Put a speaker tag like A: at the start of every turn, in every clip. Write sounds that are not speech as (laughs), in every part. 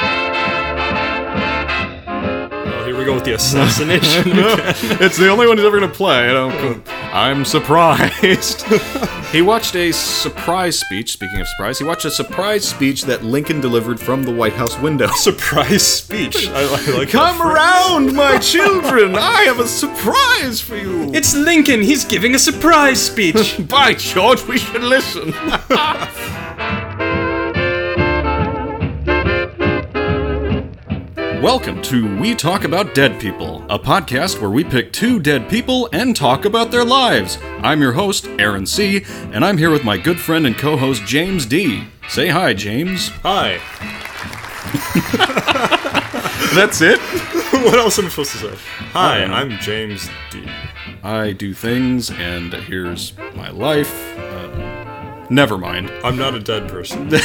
A: Oh, go with the assassination. (laughs) again.
B: (laughs) it's the only one he's ever going to play. And I'm, I'm surprised. (laughs) he watched a surprise speech. Speaking of surprise, he watched a surprise speech that Lincoln delivered from the White House window. (laughs)
A: Surprise speech. I, I like.
B: Come
A: that phrase.
B: around, my children! I have a surprise for (laughs) you!
A: It's Lincoln. He's giving a surprise speech.
B: by George, we should listen! (laughs) Welcome to We Talk About Dead People, a podcast where we pick two dead people and talk about their lives. I'm your host, Aaron C., and I'm here with my good friend and co host, James D. Say hi, James.
A: (laughs) Hi.
B: That's it?
A: (laughs) what else am I supposed to say? Um, Hi, I'm James D.
B: I do things, and here's my life. Uh, never mind.
A: I'm not a dead person. (laughs)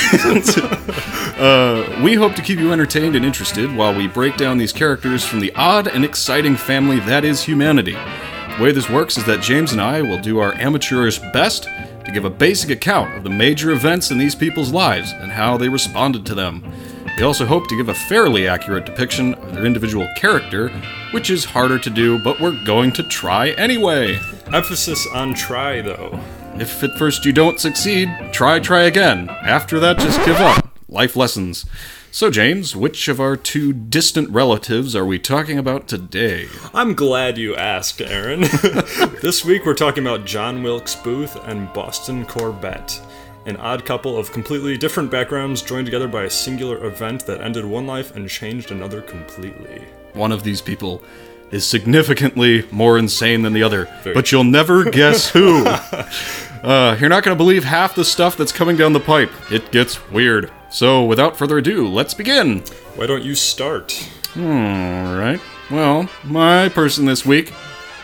B: We hope to keep you entertained and interested while we break down these characters from the odd and exciting family that is humanity. The way this works is that James and I will do our amateurish best to give a basic account of the major events in these people's lives and how they responded to them. We also hope to give a fairly accurate depiction of their individual character, which is harder to do, but we're going to try anyway.
A: Emphasis on try, though.
B: If at first you don't succeed, try, try again. After that, just give up. Life lessons. So, James, which of our two distant relatives are we talking about today?
A: I'm glad you asked, Aaron. (laughs) this week we're talking about John Wilkes Booth and Boston Corbett, an odd couple of completely different backgrounds joined together by a singular event that ended one life and changed another completely.
B: One of these people is significantly more insane than the other, but you'll never guess who. Uh, you're not going to believe half the stuff that's coming down the pipe. It gets weird. So, without further ado, let's begin.
A: Why don't you start?
B: All right. Well, my person this week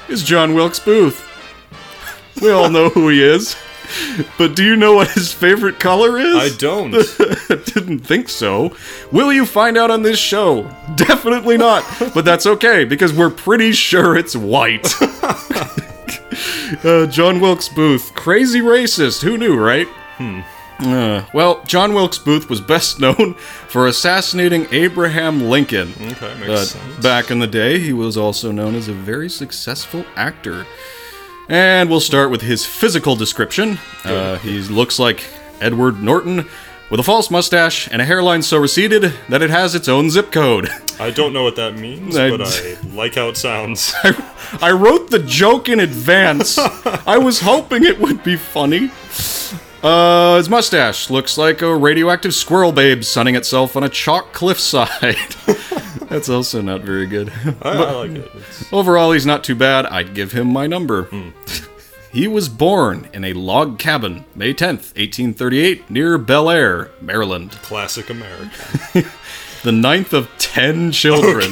B: is John Wilkes Booth. We all know who he is. But do you know what his favorite color
A: I
B: (laughs)
A: (laughs)
B: is?
A: don't.
B: didn't think so. Will you find out on this show? (laughs) Definitely not. But that's okay because we're pretty sure it's white. (laughs) uh, John Wilkes Booth, crazy racist. Who knew, right? Uh, well, John Wilkes Booth was best known for assassinating Abraham Lincoln.
A: Okay, makes
B: But
A: sense.
B: back in the day, he was also known as a very successful actor. And we'll start with his physical description. Uh, he looks like Edward Norton with a false mustache and a hairline so receded that it has its own zip code. (laughs)
A: I don't know what that means,
B: I-
A: but I like how it sounds.
B: (laughs) I wrote the joke in advance. I was hoping it would be funny. Uh, his mustache looks like a radioactive squirrel babe sunning itself on a chalk cliffside. (laughs) That's also not very good. (laughs)
A: I, I like it. It's-
B: Overall, he's not too bad. I'd give him my number. (laughs) he was born in a log cabin, May 10th, 1838, near Bel Air, Maryland.
A: Classic America.
B: The ninth of ten children. (laughs)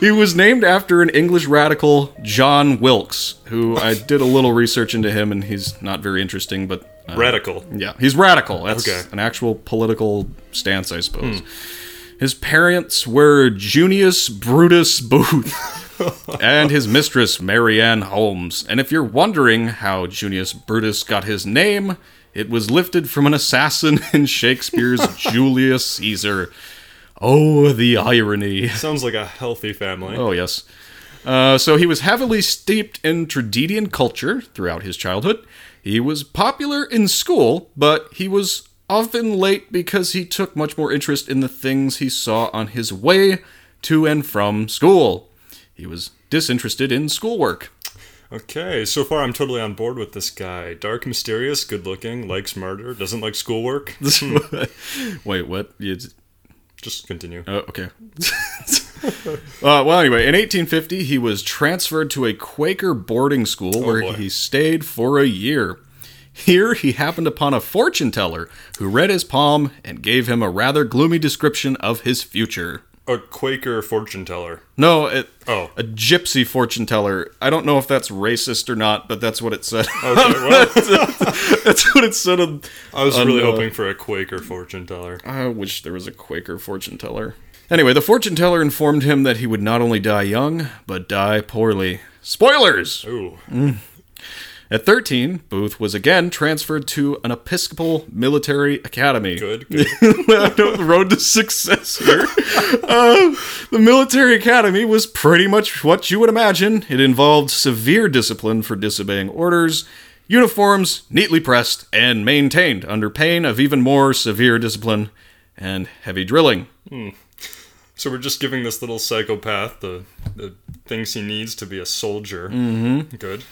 B: he was named after an English radical, John Wilkes, who I did a little research into him, and he's not very interesting, but uh,
A: Radical.
B: Yeah, he's radical. That's
A: Okay.
B: an actual political stance, I suppose. His parents were Junius Brutus Booth and his mistress, Marianne Holmes. And if you're wondering how Junius Brutus got his name, it was lifted from an assassin (laughs) in Shakespeare's Julius Caesar. Oh, the irony.
A: Sounds like a healthy family.
B: Oh, yes. Uh, so he was heavily steeped in Tradidian culture throughout his childhood. He was popular in school, but he was often late because he took much more interest in the things he saw on his way to and from school. He was disinterested in schoolwork.
A: Okay, so far I'm totally on board with this guy. Dark, mysterious, good looking, likes murder, doesn't like
B: (laughs)
A: schoolwork. Hmm,
B: Wait, what? You-
A: Just continue.
B: Oh, okay. (laughs) uh, well, anyway, in 1850, he was transferred to a Quaker boarding school where
A: boy.
B: he stayed for a year. Here, he happened upon a fortune teller who read his palm and gave him a rather gloomy description of his future.
A: A Quaker fortune teller.
B: No, it, (laughs)
A: Oh.
B: a gypsy fortune teller. I don't know if that's racist or not, but that's what it said.
A: Okay, well,
B: (laughs) that's what it said. on-
A: I was really
B: uh,
A: hoping for a Quaker fortune teller.
B: I wish there was a Quaker fortune teller. Anyway, the fortune teller informed him that he would not only die young, but die poorly. Spoilers!
A: Ooh.
B: At 13, Booth was again transferred to an Episcopal military academy. (laughs)
A: Good, good.
B: I know the road to success here. Uh, the military academy was pretty much what you would imagine. It involved severe discipline for disobeying orders, uniforms neatly pressed and maintained under pain of even more severe discipline, and heavy drilling.
A: So we're just giving this little psychopath the, the things he needs to be a soldier.
B: Mm-hmm.
A: Good.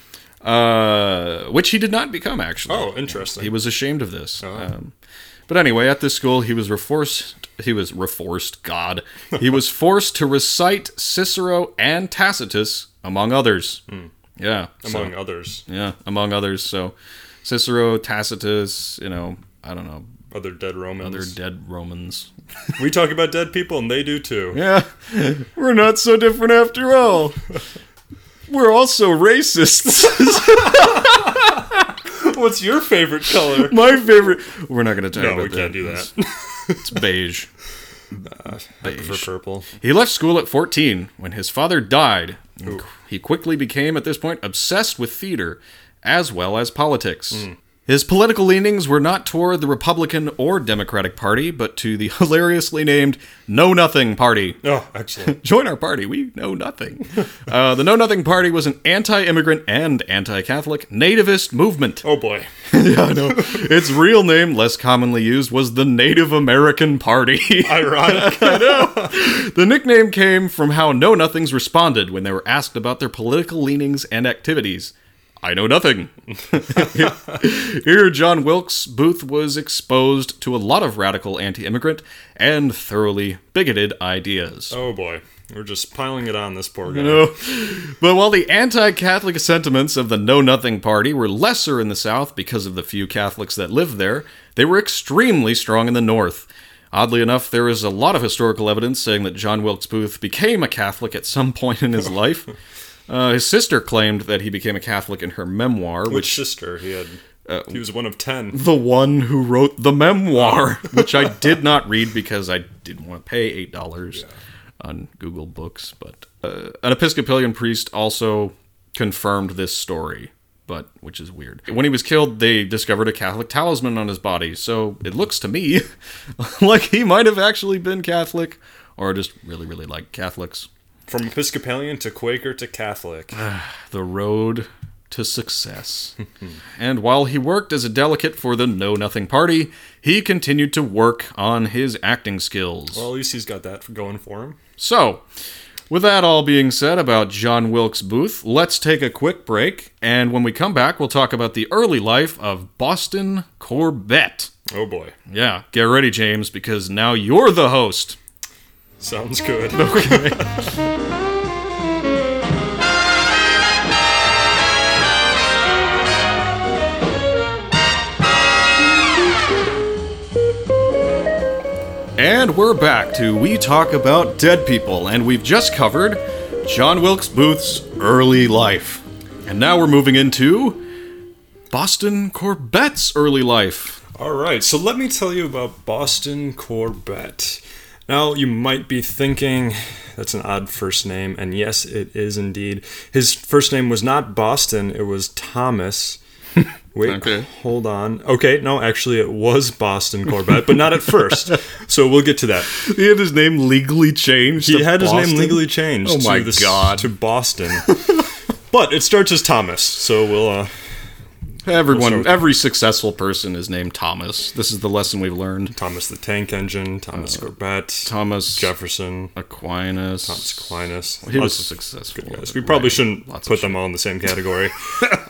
B: Uh, which he did not become, actually.
A: Oh, interesting.
B: He was ashamed of this. Um, but anyway, at this school, he was reforced. He was reforced. God,
A: (laughs)
B: he was forced to recite Cicero and Tacitus, among others.
A: Hmm.
B: Yeah, so-
A: among others,
B: yeah, among others. So, Cicero, Tacitus. You know, I don't know.
A: other dead
B: They're
A: Romans.
B: dead Romans.
A: we talk about dead people, and they do too.
B: Yeah, (laughs) we're not so different after all. We're also racists.
A: (laughs)
B: (laughs)
A: What's your favorite color?
B: My favorite. We're not going to
A: (laughs)
B: talk
A: No,
B: about
A: we can't do that. (laughs)
B: It's beige.
A: For purple.
B: He left school at 14 when his father died. He quickly became, at this point, obsessed with theater as well as politics. His political leanings were not toward the Republican or Democratic Party, but to the (laughs) hilariously named Know Nothing Party.
A: Oh, excellent.
B: Join our party, we know (laughs) nothing. uh, the Know Nothing Party was an anti immigrant and anti Catholic nativist movement.
A: Oh boy.
B: yeah, I know. (laughs) its real name, less commonly used, was the Native American (laughs) Party.
A: (laughs) Ironic.
B: The nickname came from how Know Nothings responded when they were asked about their political leanings and activities. I know nothing. (laughs) Here, John Wilkes Booth was exposed to a lot of radical anti immigrant and thoroughly bigoted ideas.
A: (laughs) Oh boy. We're just piling it on this poor guy.
B: But while the anti Catholic sentiments of the Know Nothing Party were lesser in the South because of the few Catholics that lived there, they were extremely strong in the North. Oddly enough, there is a lot of historical evidence saying that John Wilkes Booth became a Catholic at some (laughs) point in his life. Uh, his sister claimed that he became a Catholic in her memoir, which
A: Which sister? He had. he was one of ten.
B: the one who wrote the memoir, (laughs) which I did not read because I didn't want to pay eight dollars on Google Books. But uh, an Episcopalian priest also confirmed this story, but which is weird. When he was killed, they discovered a Catholic talisman on his body, so it looks to me (laughs) like he might have actually been Catholic, or just really, really liked Catholics.
A: From Episcopalian to Quaker to Catholic.
B: the road to success. (laughs) and while he worked as a delegate for the Know Nothing Party, he continued to work on his acting skills.
A: Well, at least he's got that going for him.
B: so, with that all being said about John Wilkes Booth, let's take a quick break. And when we come back, we'll talk about the early life of Boston Corbett.
A: Oh boy.
B: Yeah, get ready, James, because now you're the host.
A: Sounds good.
B: And we're back to We Talk About Dead People, and we've just covered John Wilkes Booth's early life. And now we're moving into Boston Corbett's early life.
A: All right, so let me tell you about Boston Corbett. Now, you might be thinking that's an odd first name, and yes, it is indeed. His first name was not Boston, it was
B: (laughs)
A: Thomas. Wait,
B: Okay.
A: hold on. Okay, no, actually, it was Boston Corbett, but not at
B: (laughs)
A: first. So we'll get to that.
B: He had his name legally changed.
A: He had his name legally changed
B: Oh my
A: to, this,
B: God.
A: to
B: (laughs)
A: Boston. but it starts as Thomas, so we'll. Uh,
B: Everyone,
A: We'll start-
B: every successful person is named Thomas. This is the lesson we've learned.
A: Thomas the Tank Engine, Thomas Corbett,
B: Uh, Thomas
A: Jefferson,
B: Aquinas.
A: Thomas Aquinas.
B: He was
A: Lots-
B: successful.
A: Yes, we probably shouldn't put them all in the same category.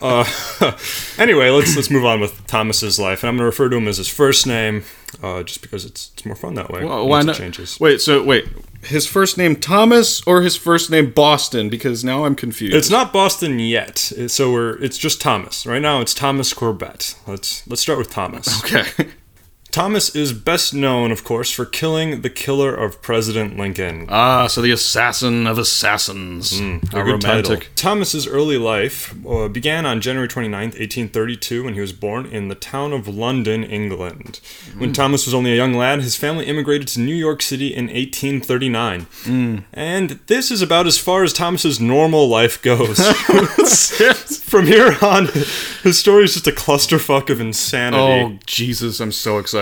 A: uh, (laughs) anyway, let's let's move on with Thomas's life, and I'm going to refer to him as his first name, uh, just because it's, it's more fun that way.
B: Well, why
A: once it
B: not?
A: Changes.
B: Wait, so wait, his first name Thomas or his first name Boston? Because now I'm confused.
A: It's not Boston yet, it- so we're it's just Thomas right now. It's Thomas Corbett. Let's let's start with Thomas.
B: okay.
A: Thomas is best known, of course, for killing the killer of President Lincoln.
B: Ah, so the assassin of assassins. How
A: A good title.
B: Hmm, romantic.
A: Thomas's early life uh, began on January 29th, 1832, when he was born in the town of London, England. When Thomas was only a young lad, his family immigrated to New York City in 1839. And this is about as far as Thomas's normal life goes. From here on, his story is just a clusterfuck of insanity.
B: oh, Jesus, I'm so excited.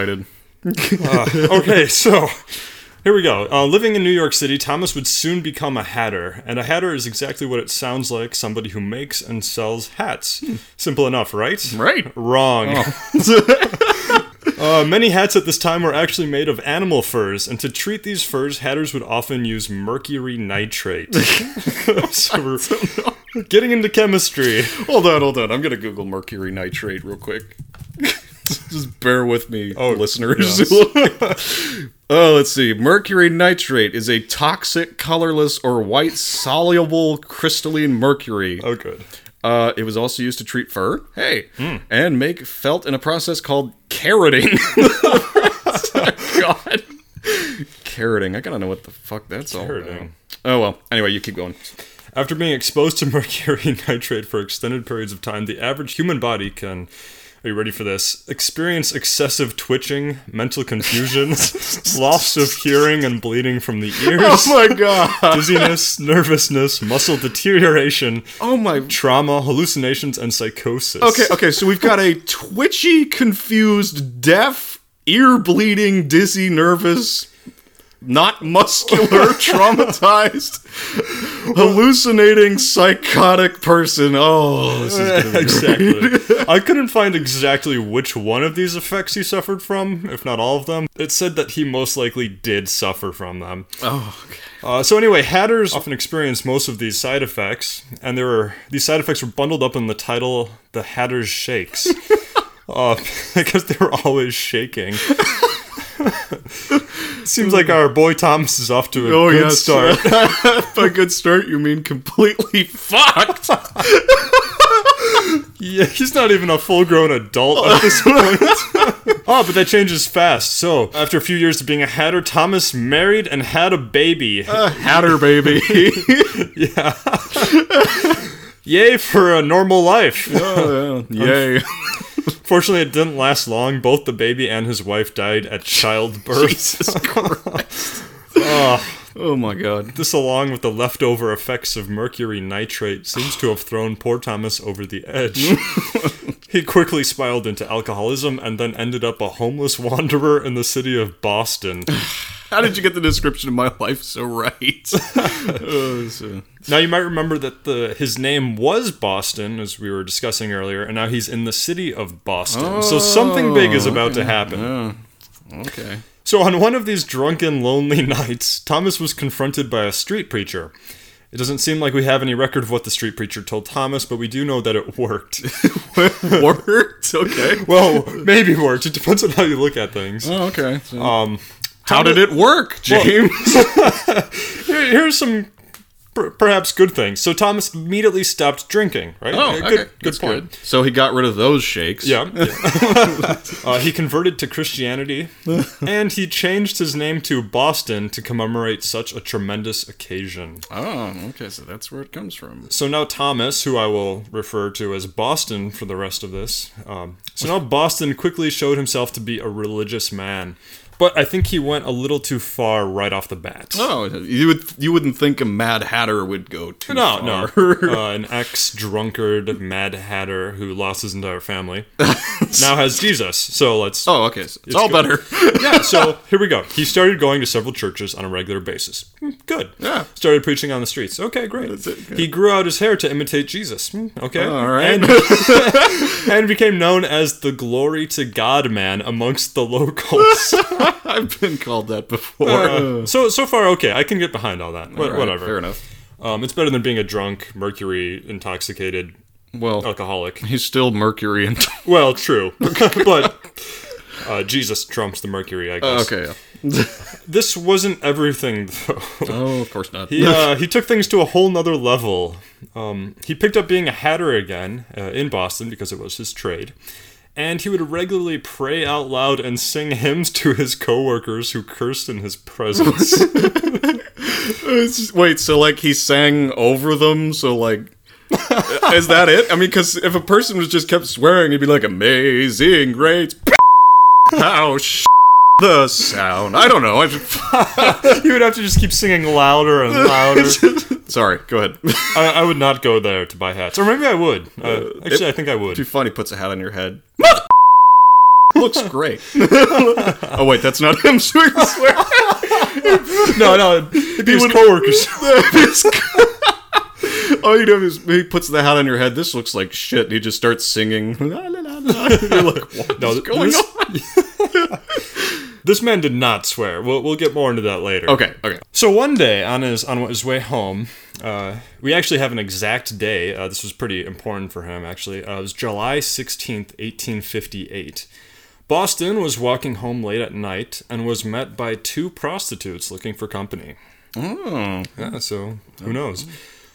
A: okay, so here we go. Uh, living in New York City, Thomas would soon become a hatter, and a hatter is exactly what it sounds like somebody who makes and sells hats. Simple enough, right?
B: Right.
A: Wrong. (laughs) Uh, many hats at this time were actually made of animal furs, and to treat these furs, hatters would often use mercury nitrate. (laughs) so we're getting into chemistry.
B: Hold on, hold on. I'm going to Google mercury nitrate real quick. (laughs) Just bear with me, listeners. (laughs) oh, let's see. Mercury nitrate is a toxic, colorless, or white soluble crystalline mercury.
A: Oh, good.
B: Uh, it was also used to treat fur, hey, and make felt in a process called carroting. (laughs) God. Carroting. I gotta know what the fuck that's all about.
A: Carroting.
B: Oh well. Anyway, you keep going. (laughs)
A: After being exposed to (laughs) mercury nitrate for extended periods of time, the average human body can. Are you ready for this? Experience excessive twitching, mental
B: (laughs)
A: confusion, loss of hearing and bleeding from the ears,
B: Oh my god.
A: dizziness, nervousness, muscle deterioration,
B: (laughs) Oh my.
A: trauma, hallucinations, and psychosis.
B: Okay. Okay. So we've got a twitchy, confused, deaf, ear bleeding, dizzy, nervous, not (laughs) muscular, traumatized, hallucinating, psychotic person. Oh, this is gonna be
A: exactly. I couldn't find exactly which one of these effects he suffered from, if not all of them. It said that he most likely did suffer from them.
B: Oh, okay.
A: Uh, so anyway, hatters often experience most of these side effects, and there were these side effects were bundled up in the title "The Hatter's (laughs) Shakes," uh, (laughs) because they were always shaking. (laughs) Seems like our boy Thomas is off to a
B: Oh,
A: good
B: yes.
A: (laughs) start.
B: (laughs) By good start, you mean completely fucked.
A: Yeah, he's not even a full-grown adult at this (laughs) point. oh, but that changes fast. So after a few years of being a hatter, Thomas married and had a baby.
B: Hatter (laughs) baby.
A: Yay for a normal life.
B: Oh, Yay. (laughs)
A: Fortunately, it didn't last long. Both the baby and his wife died at
B: (laughs)
A: childbirth.
B: Oh my god.
A: This, along with the leftover effects of mercury nitrate, seems to have thrown poor Thomas over the edge. he quickly spiraled into alcoholism and then ended up a homeless (laughs) wanderer in the city of Boston.
B: How did you get the description of my life so (laughs) right? Oh, so-
A: Now, you might remember that the his name was Boston, as we were discussing earlier, and now he's in the city of Boston. so something big is about to happen.
B: Okay. (laughs)
A: So, on one of these drunken, lonely (laughs) nights, Thomas was confronted by a street preacher. It doesn't seem like we have any record of what the street preacher told Thomas, but we do know that it (laughs) worked.
B: Worked? Okay. (laughs)
A: well, maybe worked. It depends on how you look at things.
B: Oh, okay. um, how did it (laughs) work, James?
A: Here, here's some per- perhaps good things. So, Thomas immediately stopped drinking, right?
B: oh,
A: Uh,
B: okay.
A: Good, good
B: That's
A: point.
B: good. So he got rid of those shakes.
A: Yeah. (laughs) uh, he converted to
B: (laughs)
A: Christianity, and he changed his name to Boston to commemorate such a tremendous occasion.
B: Oh, okay. So that's where it comes from.
A: So now Thomas, who I will refer to as Boston for the rest of this, um, so now Boston quickly showed himself to be a religious man, but I think he went a little too far right off the bat.
B: Oh, you would you wouldn't think a Mad Hatter would go too
A: No,
B: far.
A: no, (laughs) uh, an ex-drunkard Mad Hatter who lost his entire family now has Jesus. So let's.
B: Oh, okay. So it's, all
A: good.
B: better. (laughs)
A: Yeah, so here we go. He started going to several churches on a regular basis. Hmm, Good.
B: Yeah.
A: Started preaching on the streets. Okay, great.
B: it, good.
A: He grew out his hair to imitate Jesus. Hmm, Okay.
B: All right. (laughs)
A: And, and became known as the glory to God man amongst the
B: (laughs)
A: locals.
B: I've been called that before.
A: Uh, so so far, okay. I can get behind all that. Wha-
B: All right, Fair
A: Whatever.
B: enough.
A: Um, it's better than being a drunk, mercury intoxicated Oh.
B: Well,
A: alcoholic.
B: he's still
A: (laughs)
B: Mercury and
A: Well, true, but. Uh, Jesus trumps the mercury, I guess.
B: Uh, okay.
A: This wasn't everything, though.
B: Oh, of course not.
A: He, uh, he took things to a whole nother level. Um, he picked up being a hatter again uh, in Boston because it was his trade. and he would regularly pray out loud and sing hymns to his coworkers who cursed in his presence.
B: (laughs) It's- Wait, so like he sang over them, so
A: (laughs)
B: like is that it? I mean, because if a person was just kept swearing, he'd be like, "Amazing, great, (laughs) how sh- the sound." I don't know. I just, (laughs)
A: he would have to just keep singing louder and louder.
B: sorry, go ahead. (laughs) It'd
A: I, I would not go there to buy hats, or maybe I would. Uh, actually, I think I would.
B: be fun. He puts a hat on your head. (laughs) Looks great. (laughs) oh wait, that's not him (laughs) swearing. swearing.
A: No, no, it'd be his coworkers.
B: All you do is he puts the hat on your head. This looks like shit. And he just starts singing. (laughs) La, la, la, la. You're like, what's
A: No, th-
B: going
A: this-
B: on?
A: (laughs) This man did not swear. We'll, we'll get more into that later.
B: Okay, okay.
A: So one day on his on his way home, uh, we actually have an exact day. Uh, this was pretty important for him actually. Uh, it was July sixteenth, eighteen fifty eight. Boston was walking home late at night and was met by two prostitutes looking for company.
B: Oh,
A: Yeah, so who knows?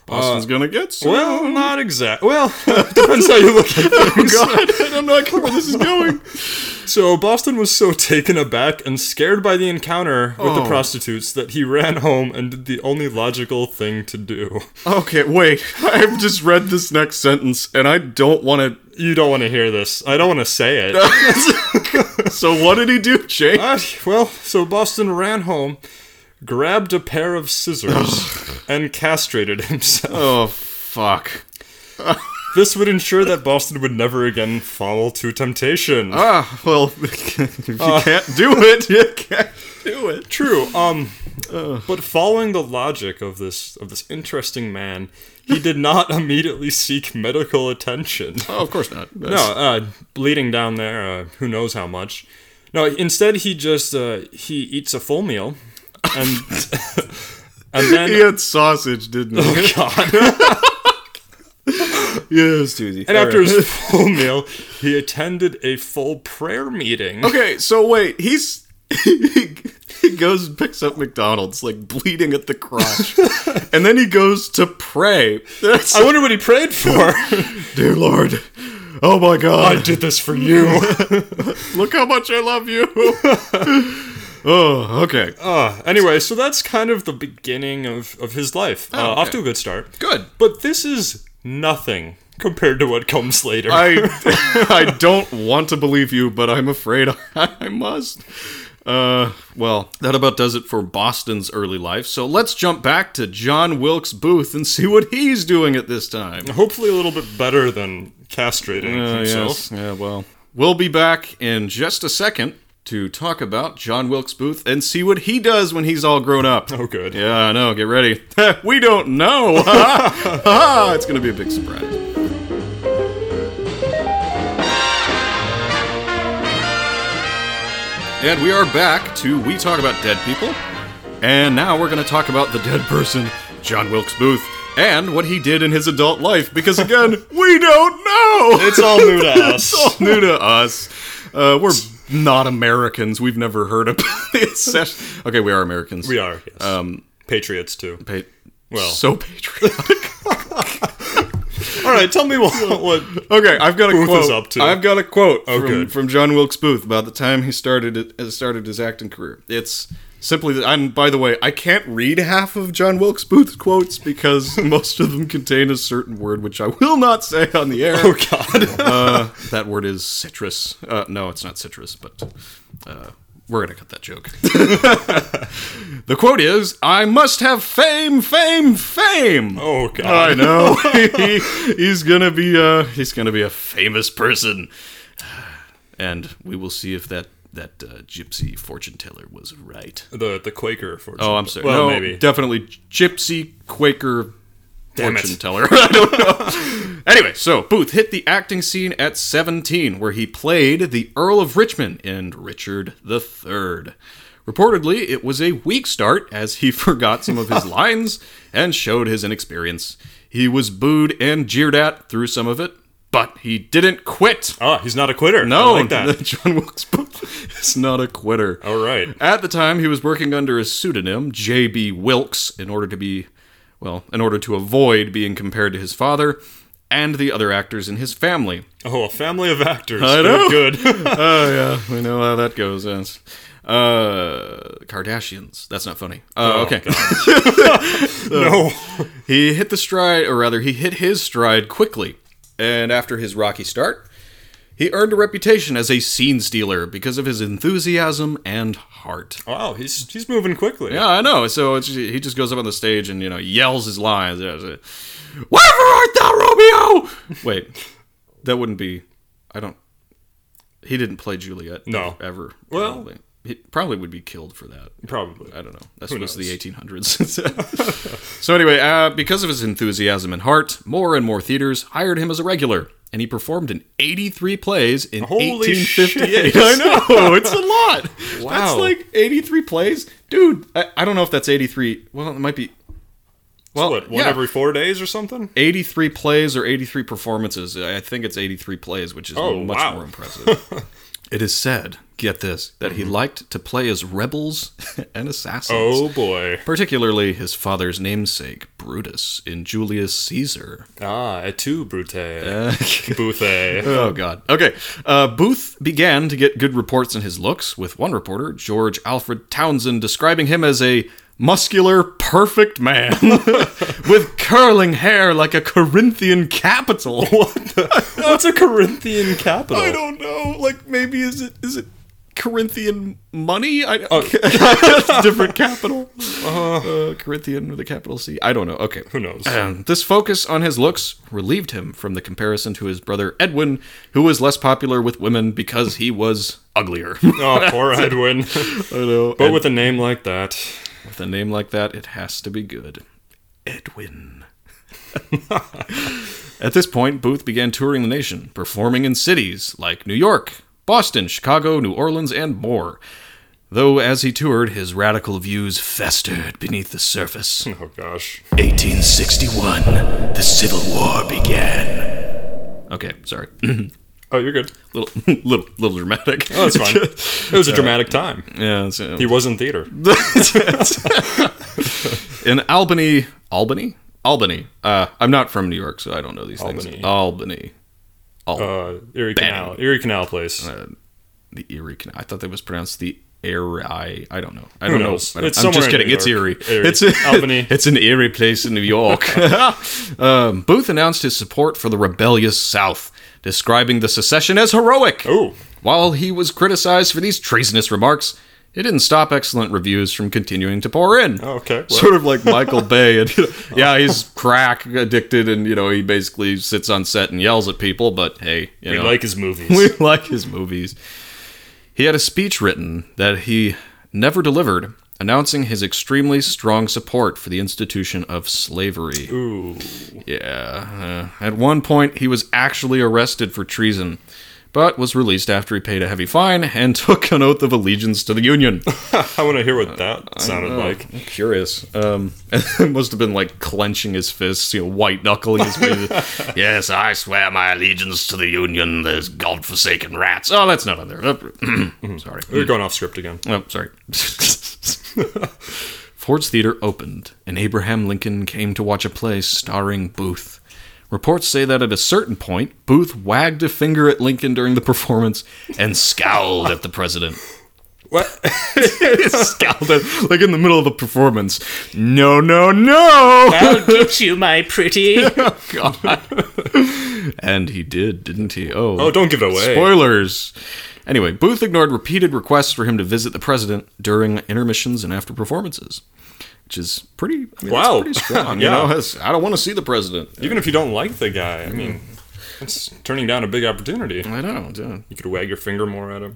B: Austin's gonna get some. (laughs)
A: Well, not exact. Well, (laughs) depends how you look at things.
B: I don't know where this is going.
A: So Boston was so taken aback and scared by the encounter with the
B: Oh.
A: prostitutes that he ran home and did the only logical thing to do.
B: (laughs) Okay, wait. (laughs) I've just read this next sentence, and I don't want
A: You don't want to hear this. I don't want to say it.
B: to. So what did he do, Jake?
A: Uh, well, so Boston ran home, grabbed a pair of scissors, and castrated himself.
B: (laughs) Oh fuck.
A: This would ensure that Boston would never again fall to temptation.
B: Ah, well, (laughs) if you can't do it, (laughs) you can't do it.
A: True. Um, but following the logic of this of this interesting man, he did not (laughs) immediately seek medical attention.
B: Oh, of course not.
A: No, uh, bleeding down there. Uh, who knows how much? No, instead he just uh, he eats a full meal, and (laughs) and then
B: He had sausage, didn't he?
A: oh god.
B: (laughs) yes, Susie.
A: And after his full meal, he attended a full prayer meeting.
B: Okay, so wait, he's (laughs) he, he goes and picks up McDonald's, like bleeding at the crotch, and then he goes to pray. (laughs) That's,
A: I wonder what he prayed for.
B: dear Lord, oh my
A: (laughs)
B: God,
A: I did this for you. (laughs)
B: look how much I love (laughs) you. oh, okay,
A: Uh, anyway, so that's kind of the beginning of, of his life. uh, Off
B: okay.
A: to a good start.
B: good.
A: But this is nothing compared to what comes later.
B: I (laughs) I don't want to believe you, but I'm afraid (laughs) I, I must. Uh, well, that about does it for Boston's early life. So let's jump back to John Wilkes Booth and see what he's doing at this time.
A: Hopefully, a little bit better than castrating
B: Uh,
A: himself.
B: yes. Yeah, well. We'll be back in just a second to talk about John Wilkes Booth and see what he does when he's all grown up.
A: Oh, good.
B: Yeah, I know. Get ready. (laughs) we don't know. (laughs) Ah, it's going to be a big surprise. And we are back to We Talk About Dead People. And now we're going to talk about the dead person, John Wilkes Booth, and what he did in his adult life, because again, (laughs) we don't know!
A: It's all new (laughs) to us.
B: It's all new to us. Uh, we're not Americans. We've never heard (laughs) of this. Okay, we are Americans.
A: we are. Yes.
B: Um,
A: Patriots, too.
B: pa-
A: Well.
B: so patriotic. (laughs)
A: All right, tell me what.
B: (laughs)
A: what
B: okay, I've got a
A: Booth
B: quote.
A: is up to.
B: I've got a quote from,
A: good.
B: from John Wilkes Booth about the time he started it, started his acting career. It's simply that. And by the way, I can't read half of John Wilkes Booth's quotes because (laughs) most of them contain a certain word which I will not say on the air.
A: oh, God. (laughs)
B: uh, that word is citrus. Uh, no, it's not citrus, but uh, we're going to cut that joke. (laughs) the quote is I must have fame, fame, fame.
A: Oh, God.
B: I know. (laughs) he, he's going to be uh, he's going to be a famous person. And we will see if that that uh, gypsy fortune teller was right.
A: The, the Quaker, for
B: Oh, I'm sorry.
A: Well,
B: no,
A: maybe.
B: definitely gypsy Quaker
A: Damn
B: fortune
A: it.
B: teller. (laughs) I don't know. anyway, so Booth hit the acting scene at 17, where he played the Earl of Richmond in Richard III. Reportedly, it was a weak start as he (laughs) forgot some of his lines and showed his inexperience. He was booed and jeered at through some of it, but he didn't quit.
A: Ah, he's not a quitter.
B: No,
A: I
B: (laughs)
A: like that.
B: John Wilkes Booth is not a quitter.
A: All right.
B: At the time, he was working under a pseudonym, J.B. Wilkes, in order to be, well, in order to avoid being compared to his father. and the other actors in
A: (laughs)
B: his family.
A: Oh, a family of actors.
B: I
A: They're
B: know. (laughs)
A: Good. (laughs)
B: Oh yeah, we know how that goes. Yes. Uh, Kardashians. That's not funny. Uh,
A: Oh,
B: okay.
A: no.
B: (laughs) He hit the stride, or rather, he hit his stride quickly. And after his rocky start, he earned a reputation as a scene stealer because of his enthusiasm and heart.
A: Wow, he's he's moving quickly.
B: Yeah, I know. So it's, he just goes up on the stage and you know yells his lines. Yeah, it's like, Wherever art thou, Romeo? Wait, that wouldn't be. I don't. He didn't play Juliet.
A: No.
B: ever.
A: Well-
B: probably. he probably would be killed for that.
A: Probably.
B: I don't know. That was
A: knows?
B: the 1800s. (laughs) so anyway, uh, because of his enthusiasm and heart, more and more theaters hired him as a regular, and he performed in 83 plays in
A: Holy (laughs)
B: 1858.
A: shit.
B: I know (laughs) it's a lot.
A: Wow.
B: That's like 83 plays, dude. I, I don't know if that's 83. Well, it might be. Well,
A: What, one
B: yeah.
A: every four days or something?
B: 83 plays or 83 performances. I think it's 83 plays, which is
A: Oh,
B: much
A: wow. (laughs)
B: more impressive. it is said, get this, that he liked to play as rebels (laughs) and assassins
A: Mm-hmm. Oh boy.
B: particularly his father's namesake, Brutus, in Julius Caesar.
A: Ah, et tu, Brute.
B: (laughs)
A: Boothe.
B: Oh, God. Okay. Uh, Booth began to get good reports on his looks, with one reporter, George Alfred Townsend, describing him as a muscular, perfect man (laughs) with curling hair like a Corinthian capital.
A: What the? What's a Corinthian capital?
B: (laughs) I don't know. Like, maybe is it is it Corinthian money? I, (laughs) different capital. Oh. (laughs) Uh, Corinthian with a capital C. I don't know. Okay.
A: Who knows?
B: Um, this focus on his looks relieved him from the comparison to his brother Edwin, who was less popular with women because he was uglier. (laughs) I
A: Oh, poor
B: (laughs)
A: Edwin.
B: know.
A: but with a name like that,
B: With a name like that, it has to be good. (laughs) Edwin. At this point, Booth began touring the nation, performing in cities like New York, Boston, Chicago, New Orleans, and more. Though as he toured, his radical views festered beneath the surface.
A: (laughs) oh gosh.
B: 1861, the Civil War began. Okay,
A: (clears throat)
B: sorry.
A: Oh, you're good. (laughs)
B: little, little, little dramatic.
A: Oh, that's
B: (laughs)
A: fine. (laughs) It was a dramatic time.
B: yeah, so-
A: He was in theater.
B: in Albany, Albany, Albany. Uh, I'm not from New York, so I don't know these
A: Albany.
B: things. Albany,
A: Uh, Erie Canal. Erie Canal Place.
B: the Erie Canal. I thought that was pronounced the Erie. I I don't know. I don't know.
A: knows?
B: I don't-
A: It's
B: I'm
A: somewhere
B: just
A: in
B: kidding.
A: New
B: It's Erie.
A: York. Erie.
B: It's
A: Albany.
B: (laughs) It's an eerie place in
A: (laughs)
B: New York. um, Booth announced his support for the rebellious South, describing the secession as heroic.
A: Oh,
B: While he was criticized for these treasonous remarks, it didn't stop excellent reviews from continuing to pour in.
A: okay. Oh, Well, Oh.
B: sort of
A: (laughs)
B: like Michael Bay. And you know, yeah, he's crack addicted, and you know he basically sits on set and yells at people. But hey, you
A: we
B: (laughs) know,
A: like his movies.
B: we like his movies. He had a speech written that he never delivered, announcing his extremely strong support for the institution of slavery.
A: Ooh.
B: Yeah. uh, at one point, he was actually arrested for treason, but was released after he paid a heavy fine and (laughs) took an oath of allegiance to the Union.
A: I want to hear
B: Uh,
A: what that sounded like.
B: I'm curious. Um, (laughs) it must have been like clenching his fists, you know, white knuckling his face. yes, I swear my allegiance to the Union, those godforsaken rats. Oh, that's not on there. (clears throat) Oh, sorry.
A: We're going off script again.
B: Oh, sorry. (laughs) Ford's Theater opened, and Abraham Lincoln came to watch a play starring Booth. Reports say that at a certain point, Booth wagged a finger at Lincoln during the performance and scowled at the president.
A: What?
B: (laughs) scowled at, like in the middle of the performance. No, no, no!
C: I'll get you, my
A: (laughs)
C: pretty.
B: God. and he did, didn't he? Oh,
A: Oh, don't give it away.
B: Spoilers. Anyway, Booth ignored repeated requests for him to visit the president during intermissions and after performances, which is pretty. I mean, that's
A: Wow.
B: pretty
A: (laughs)
B: strong. You
A: Yeah.
B: know, That's- I don't want to see the president.
A: Even if you don't like the guy, I mean,
B: Hmm.
A: it's turning down a big opportunity.
B: I don't. uh,
A: You could wag your finger more
B: (laughs)
A: at him.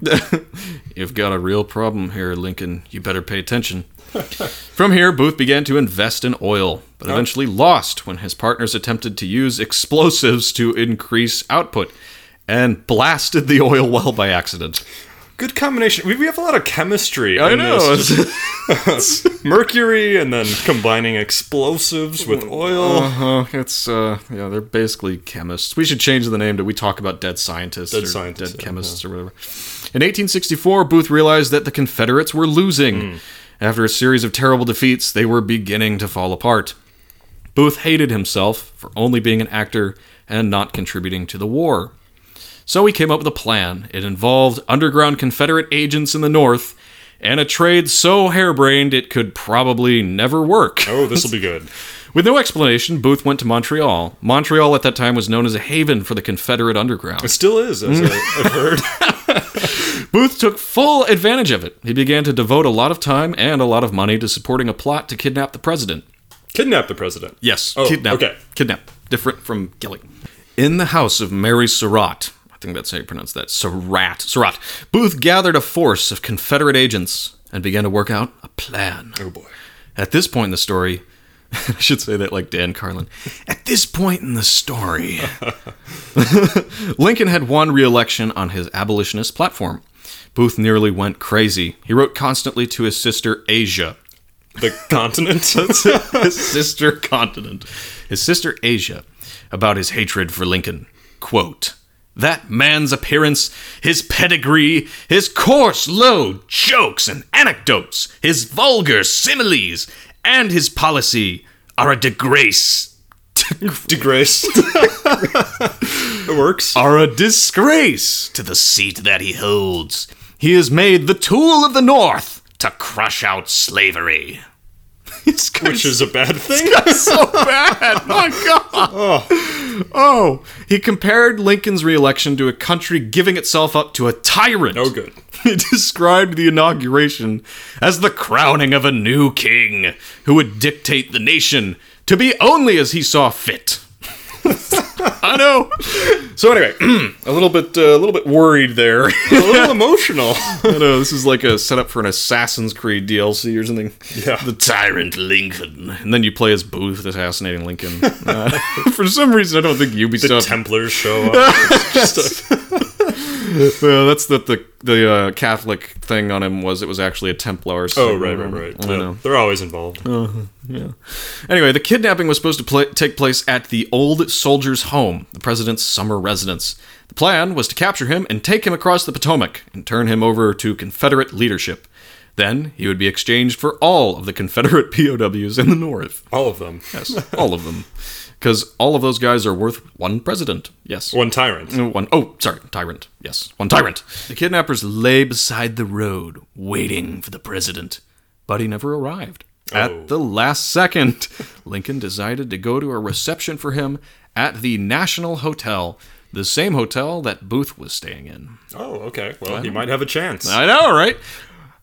B: You've got a real problem here, Lincoln. You better pay attention.
A: (laughs)
B: From here, Booth began to invest in oil, but eventually lost when his partners attempted to use explosives to increase output and blasted the oil well by accident.
A: Good combination. We, we have a lot of chemistry.
B: I
A: in this.
B: know.
A: Just (laughs) mercury and then combining explosives
B: (laughs)
A: with oil.
B: Uh-huh. It's uh yeah, they're basically chemists. We should change the name to we talk about dead scientists or
A: scientists,
B: dead
A: yeah,
B: chemists or whatever. In 1864, Booth realized that the Confederates were losing.
A: Hmm.
B: After a series of terrible defeats, they were beginning to fall apart. Booth hated himself for only being an actor and not contributing to the war. So we came up with a plan. It involved underground Confederate agents in the North and a trade so harebrained it could probably never work.
A: Oh, this will be good.
B: With no explanation, Booth went to Montreal. Montreal at that time was known as a haven for the Confederate underground.
A: It still is, as
B: (laughs)
A: I, I've heard.
B: Booth took full advantage of it. He began to devote a lot of time and a lot of money to supporting a plot to kidnap the president.
A: Kidnap the president.
B: Yes,
A: Oh,
B: kidnap.
A: okay.
B: Kidnap. Different from killing. In the house of Mary Surratt, I think that's how you pronounce that. Surratt. Surratt. Booth gathered a force of Confederate agents and began to work out a plan.
A: Oh boy.
B: At this point in the story, (laughs) I should say that like Dan Carlin. At this point in the story, (laughs) Lincoln had won re election on his abolitionist platform. Booth nearly went crazy. He wrote constantly to his sister, Asia.
A: The
B: (laughs)
A: continent. That's (laughs)
B: His sister continent. His sister, Asia, about his hatred for Lincoln. Quote That man's appearance, his pedigree, his coarse, low jokes and anecdotes, his vulgar similes, and his policy are a disgrace. (laughs)
A: degraced. it works.
B: are a disgrace to the seat that he holds. He is made the tool of the North to crush out slavery. (laughs) It's
A: Which is a bad thing.
B: so bad. (laughs) My God. Oh. He compared Lincoln's reelection to a country giving itself up to a tyrant.
A: Oh, good.
B: (laughs) He described the inauguration as the crowning of a new king who would dictate the nation to be only as he saw fit. (laughs) I know. So anyway, (clears throat) a little bit, uh, a little bit worried there.
A: A little (laughs) emotional.
B: (laughs) I know this is like a setup for an Assassin's Creed DLC or something.
A: Yeah.
B: The tyrant Lincoln, and then you play as Booth assassinating (laughs) Lincoln. Uh, for some reason, I don't think Ubisoft.
A: Templars show
B: (laughs)
A: up.
B: uh, that's that the the uh, Catholic thing on him was it was actually a Templar. so-
A: Oh, right, right, right.
B: I
A: Yeah,
B: know.
A: They're always involved.
B: Anyway, the kidnapping was supposed to pla take place at the old soldier's home, the president's summer residence. The plan was to capture him and take him across the Potomac and turn him over to Confederate leadership. Then he would be exchanged for all of the Confederate (laughs) POWs in the North.
A: All of them.
B: Yes, all of them. Because all of those guys are worth one president. Yes.
A: One tyrant.
B: One, oh, sorry, tyrant. Yes, one tyrant. The kidnappers lay beside the road, waiting for the president, but he never arrived.
A: Oh.
B: At the last second, (laughs) Lincoln decided to go to a reception for him at the National Hotel, the same hotel that Booth was staying in.
A: Oh, okay. Well, he might have a chance.
B: I know, right?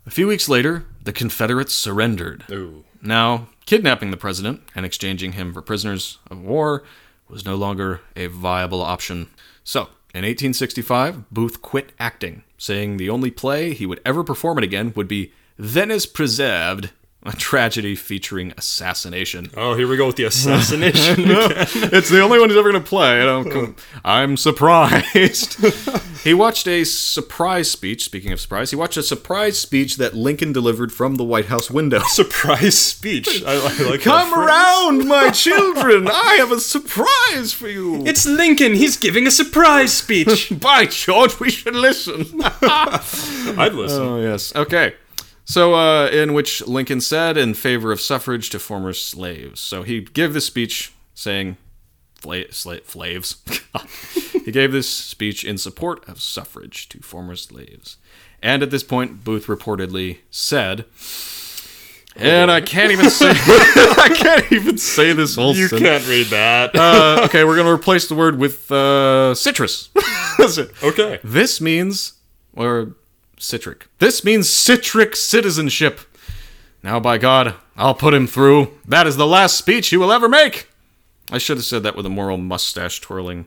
B: A few weeks later, the Confederates surrendered.
A: Ooh.
B: Now, kidnapping the president and exchanging him for prisoners of war was no longer a viable option. So, in 1865, Booth quit acting, saying the only play he would ever perform it again would be Venice Preserved, a tragedy featuring assassination.
A: Oh, here we go with the assassination.
B: (laughs) it's the only one he's ever going to play. And I'm, com- I'm surprised. (laughs) he watched a surprise speech. Speaking of surprise, he watched a surprise speech that Lincoln delivered from the White House window.
A: Surprise speech. I, I like
B: Come
A: that phrase.
B: around, (laughs) my children. I have a surprise for you.
A: It's Lincoln. He's giving a surprise
D: (laughs)
A: speech.
B: by George, we should listen.
A: I'd listen.
B: (laughs) oh, yes. Okay. So, uh, in which Lincoln said in favor of suffrage to former slaves. So he gave this speech saying, Fla- sla- slaves. (laughs) he gave this speech in support of suffrage to former slaves. And at this point, Booth reportedly said, and I can't even say (laughs) I can't even say this whole
A: you
B: sentence.
A: can't read that.
B: uh, okay, we're going to replace the word with uh, citrus. That's it.
A: (laughs) okay.
B: This means, or citric. This means citric citizenship. Now, by God, I'll put him through. That is the last speech he will ever make. I should have said that with a moral mustache twirling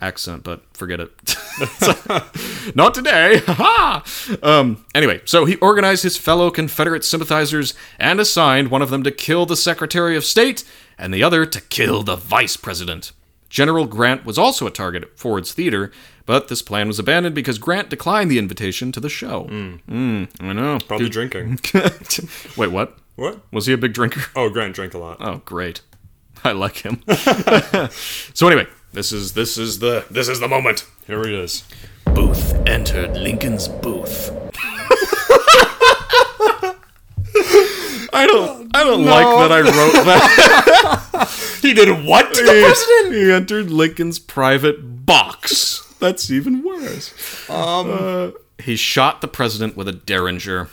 B: accent, but forget it. (laughs) Not today. (laughs) Ha ha. Um, anyway, so he organized his fellow Confederate sympathizers and assigned one of them to kill the Secretary of State and the other to kill the Vice President. General Grant was also a target at Ford's Theater, but this plan was abandoned because Grant declined the invitation to the show. Mm, I know.
A: Probably drinking.
B: Wait, what?
A: What?
B: Was he a big drinker? (laughs)
A: Oh, Grant drank a lot.
B: Oh, great. I like him. (laughs) so anyway, this is this is the this is the moment.
A: Here he is.
B: Booth entered Lincoln's booth. I don't I don't like that I wrote that.
C: He did what to the
B: He-
C: president?
B: He entered Lincoln's private box. That's even worse. Um, he shot the president with a derringer,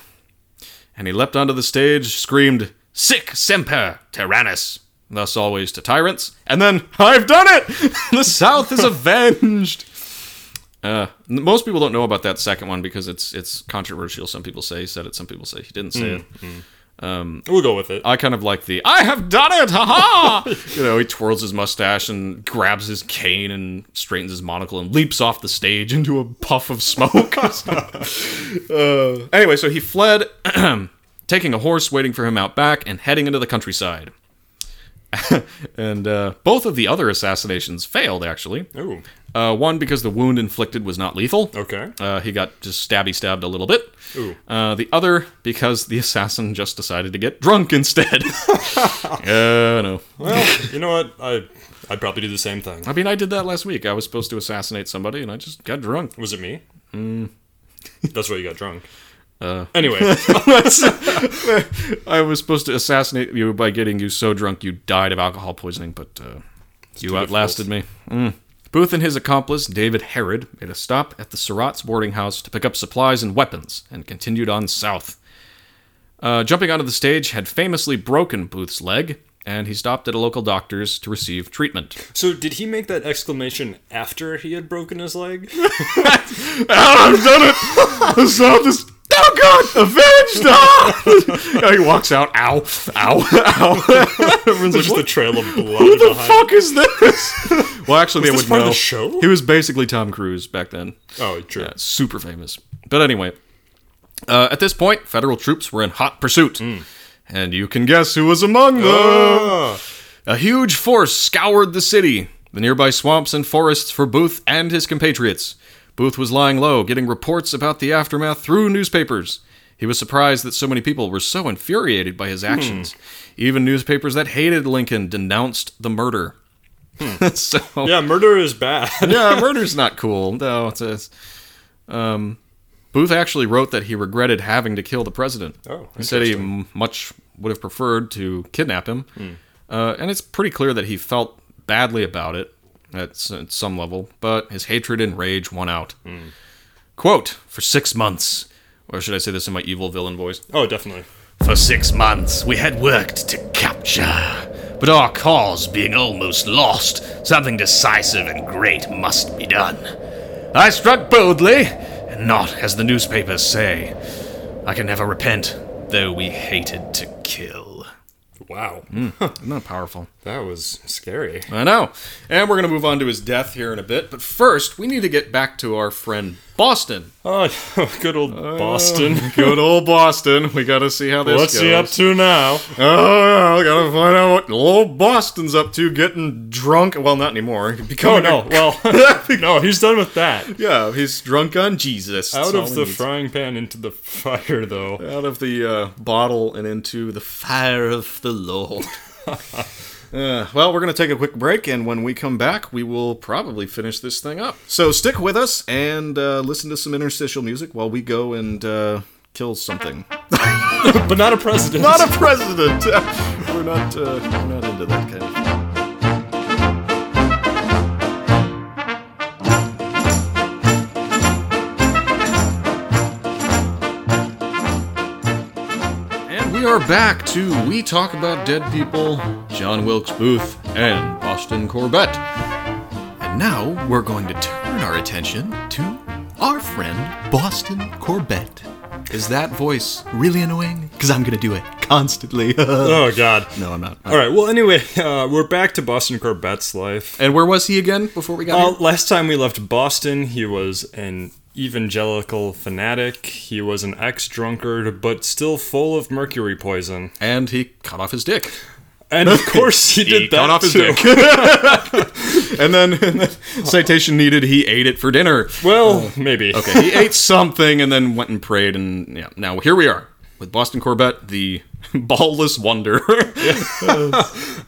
B: and he leapt onto the stage, screamed, "Sic semper tyrannis!" Thus always to tyrants. And then, "I've done it! (laughs) the South is avenged." Uh, n- most people don't know about that second one because it's it's controversial. Some people say he said it. Some people say he didn't
C: Hmm.
B: say it.
A: We'll go with it.
B: I kind of like the I have done it, (laughs) haha! you know, he twirls his mustache and grabs his cane and straightens his monocle and leaps off the stage into a puff of (laughs) smoke. Uh, anyway, so he fled, (clears throat) taking a horse waiting for him out back and heading into the countryside. (laughs) and uh, both of the other assassinations failed, actually.
A: Oh,
B: Uh, one because the wound inflicted was not lethal.
A: okay.
B: Uh, he got just stabby stabbed a little bit.
A: Ooh.
B: Uh, the other because the assassin just decided to get drunk
A: (laughs)
B: instead. uh, no.
A: Well, you know what? I I'd probably do the same thing.
B: I mean, I did that last week. I was supposed to assassinate somebody, and I just got drunk.
A: Was it me?
B: Mm.
A: That's why you got drunk.
B: Uh. (laughs)
A: Anyway,
B: I was supposed to assassinate you by getting you so drunk you died of alcohol poisoning, but uh, you outlasted me. Mm. Booth and his accomplice, David Herod, made a stop at the Surratt's boarding house to pick up supplies and weapons, and continued on south. Uh, jumping onto the stage had famously broken Booth's leg, and he stopped at a local doctor's to receive treatment.
A: so did he make that exclamation after he had broken his
B: (laughs)
A: leg?
B: I've done it! The South is. Oh God! Avenged! (laughs) he walks out. Ow! Ow! Ow! Everyone's
A: Just the trail of blood
B: Who the
A: behind.
B: fuck is this? Uh-huh. (laughs) Well,
A: Was
B: actually, they
A: this
B: would
A: part of
B: know.
A: the show?
B: He was basically Tom Cruise back then.
A: Oh, true.
B: Super famous. But anyway, uh, at this point, federal troops were in hot pursuit.
A: Hmm.
B: And you can guess who was among them.
A: Ah.
B: A huge force scoured the city, the nearby swamps and forests for Booth and his compatriots. Booth was lying low, getting reports about the aftermath through newspapers. He was surprised that so many people were so infuriated by his actions. Even newspapers that hated Lincoln denounced the murder. (laughs) so
A: Yeah, murder is bad. (laughs)
B: (laughs) yeah, murder's not cool. No, it's, it's um, Booth actually wrote that he regretted having to kill the president.
A: Oh,
B: he said he m- much would have preferred to kidnap him, uh, and it's pretty clear that he felt badly about it at, s- at some level. But his hatred and rage won out. Quote: For six months, or should I say this in my evil villain voice?
A: Oh, definitely.
D: For six months, we had worked to capture. But our cause being almost lost, something decisive and great must be done. I struck boldly, and not as the newspapers say. I can never repent, though we hated to kill.
A: Wow,
B: Isn't that powerful?
A: that was scary.
B: I know. And we're gonna move on to his death here in a bit. But first, we need to get back to our friend Boston.
A: Oh, (laughs) good old
B: Uh,
A: Boston.
B: (laughs) Good old Boston. We got to see how this
A: What's
B: goes.
A: he up to now?
B: Oh, yeah, we got to find out what old Boston's up to getting drunk. Well, not anymore. (laughs)
A: Oh
B: Becoming
A: no!
B: a- (laughs)
A: Well, no, he's done with that.
B: yeah, he's drunk on Jesus. That's
A: Out
B: all
A: of
B: he
A: the
B: needs.
A: frying pan into the fire, though.
B: out of the uh, bottle and into the fire of the
A: (laughs)
B: Lord. Uh, well, we're going to take a quick break, and when we come back, we will probably finish this thing up. So stick with us and uh, listen to some interstitial music while we go and uh, kill something.
A: But not a president.
B: not a president. (laughs) we're not. Uh, we're not into that kind of. Thing. And we are back to We Talk About Dead People, John Wilkes Booth, and Boston Corbett. And now we're going to turn our attention to our friend Boston Corbett. Is that voice really annoying? Because I'm going to do it constantly. (laughs) no,
A: (laughs) oh God.
B: I'm not.
A: All right. Well, anyway, uh, we're back to Boston Corbett's life.
B: And where was he again before we got
A: Uh,
B: here?
A: last time we left Boston, he was an evangelical fanatic. He was an ex-drunkard, but still full of mercury poison.
B: And he cut off his dick.
A: And
B: (laughs)
A: of course, he, did that too.
B: and then, and then citation needed, he ate it for dinner.
A: Well, maybe.
B: Oh. Okay, he ate something and then went and prayed, and yeah. Now here we are with Boston Corbett, the (laughs) ballless wonder.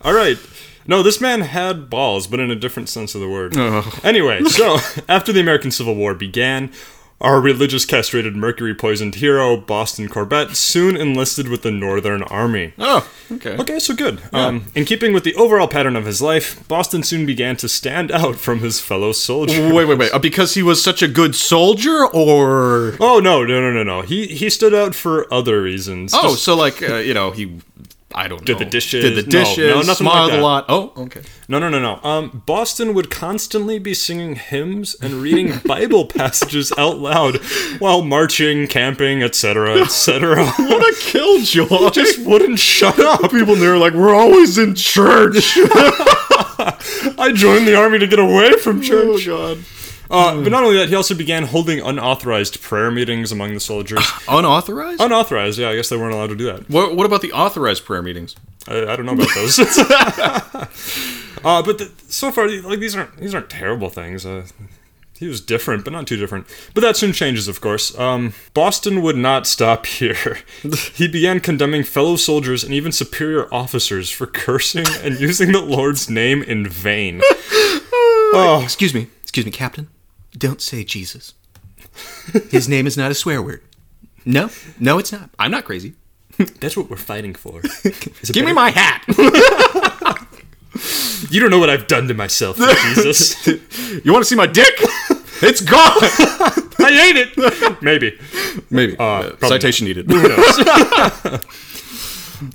A: All right. No, this man had
B: (laughs)
A: balls, but in a different sense of the word. Anyway, so after the American Civil War began, Our religious castrated mercury poisoned hero, Boston Corbett, soon enlisted with the Northern Army.
B: (laughs) Oh, okay.
A: Okay, so good. Um, in keeping with the overall pattern of his life, Boston soon began to stand out from his fellow soldiers.
B: Wait, wait, wait. Uh, because he was such a good soldier, or
A: Oh no, no, no, no, no. He he stood out for other reasons.
B: oh,
A: Just-
B: so like uh, you know he, I don't know.
A: the dishes.
B: Did the
A: No, no,
B: dishes?
A: nothing like
B: smiled
A: that.
B: a lot. Oh, okay.
A: no, no, no, no. Um, Boston would constantly be singing hymns and reading Bible passages out loud while marching, camping, etc., etc.
B: What a killjoy!
A: Just wouldn't shut up.
B: (laughs) people in there like we're always in (laughs) church.
A: I joined the army to get away from church.
B: God.
A: Uh, but not only that, he also began holding unauthorized prayer meetings among the soldiers.
B: Unauthorized.
A: unauthorized, yeah. I guess they weren't allowed to do that.
B: what, what about the authorized prayer meetings?
A: I, I don't know about those. (laughs) uh, but the, so far, like these aren't these aren't terrible things. Uh, he was different, but not too different. But that soon changes, of course. Um, Boston would not stop here. he began condemning fellow soldiers and even superior officers for cursing and using the Lord's name in vain.
E: Excuse me, excuse me, Captain. Don't say Jesus. His name is not a swear word. No, no, it's not. I'm not crazy.
A: That's what we're fighting for.
E: Give me my hat.
A: You don't know what I've done to myself, Jesus.
B: (laughs) You want to see my dick? it's gone.
A: I ate it. Maybe.
B: (laughs) Maybe Uh,
A: probably
B: citation needed.
A: Who
B: (laughs)
A: knows?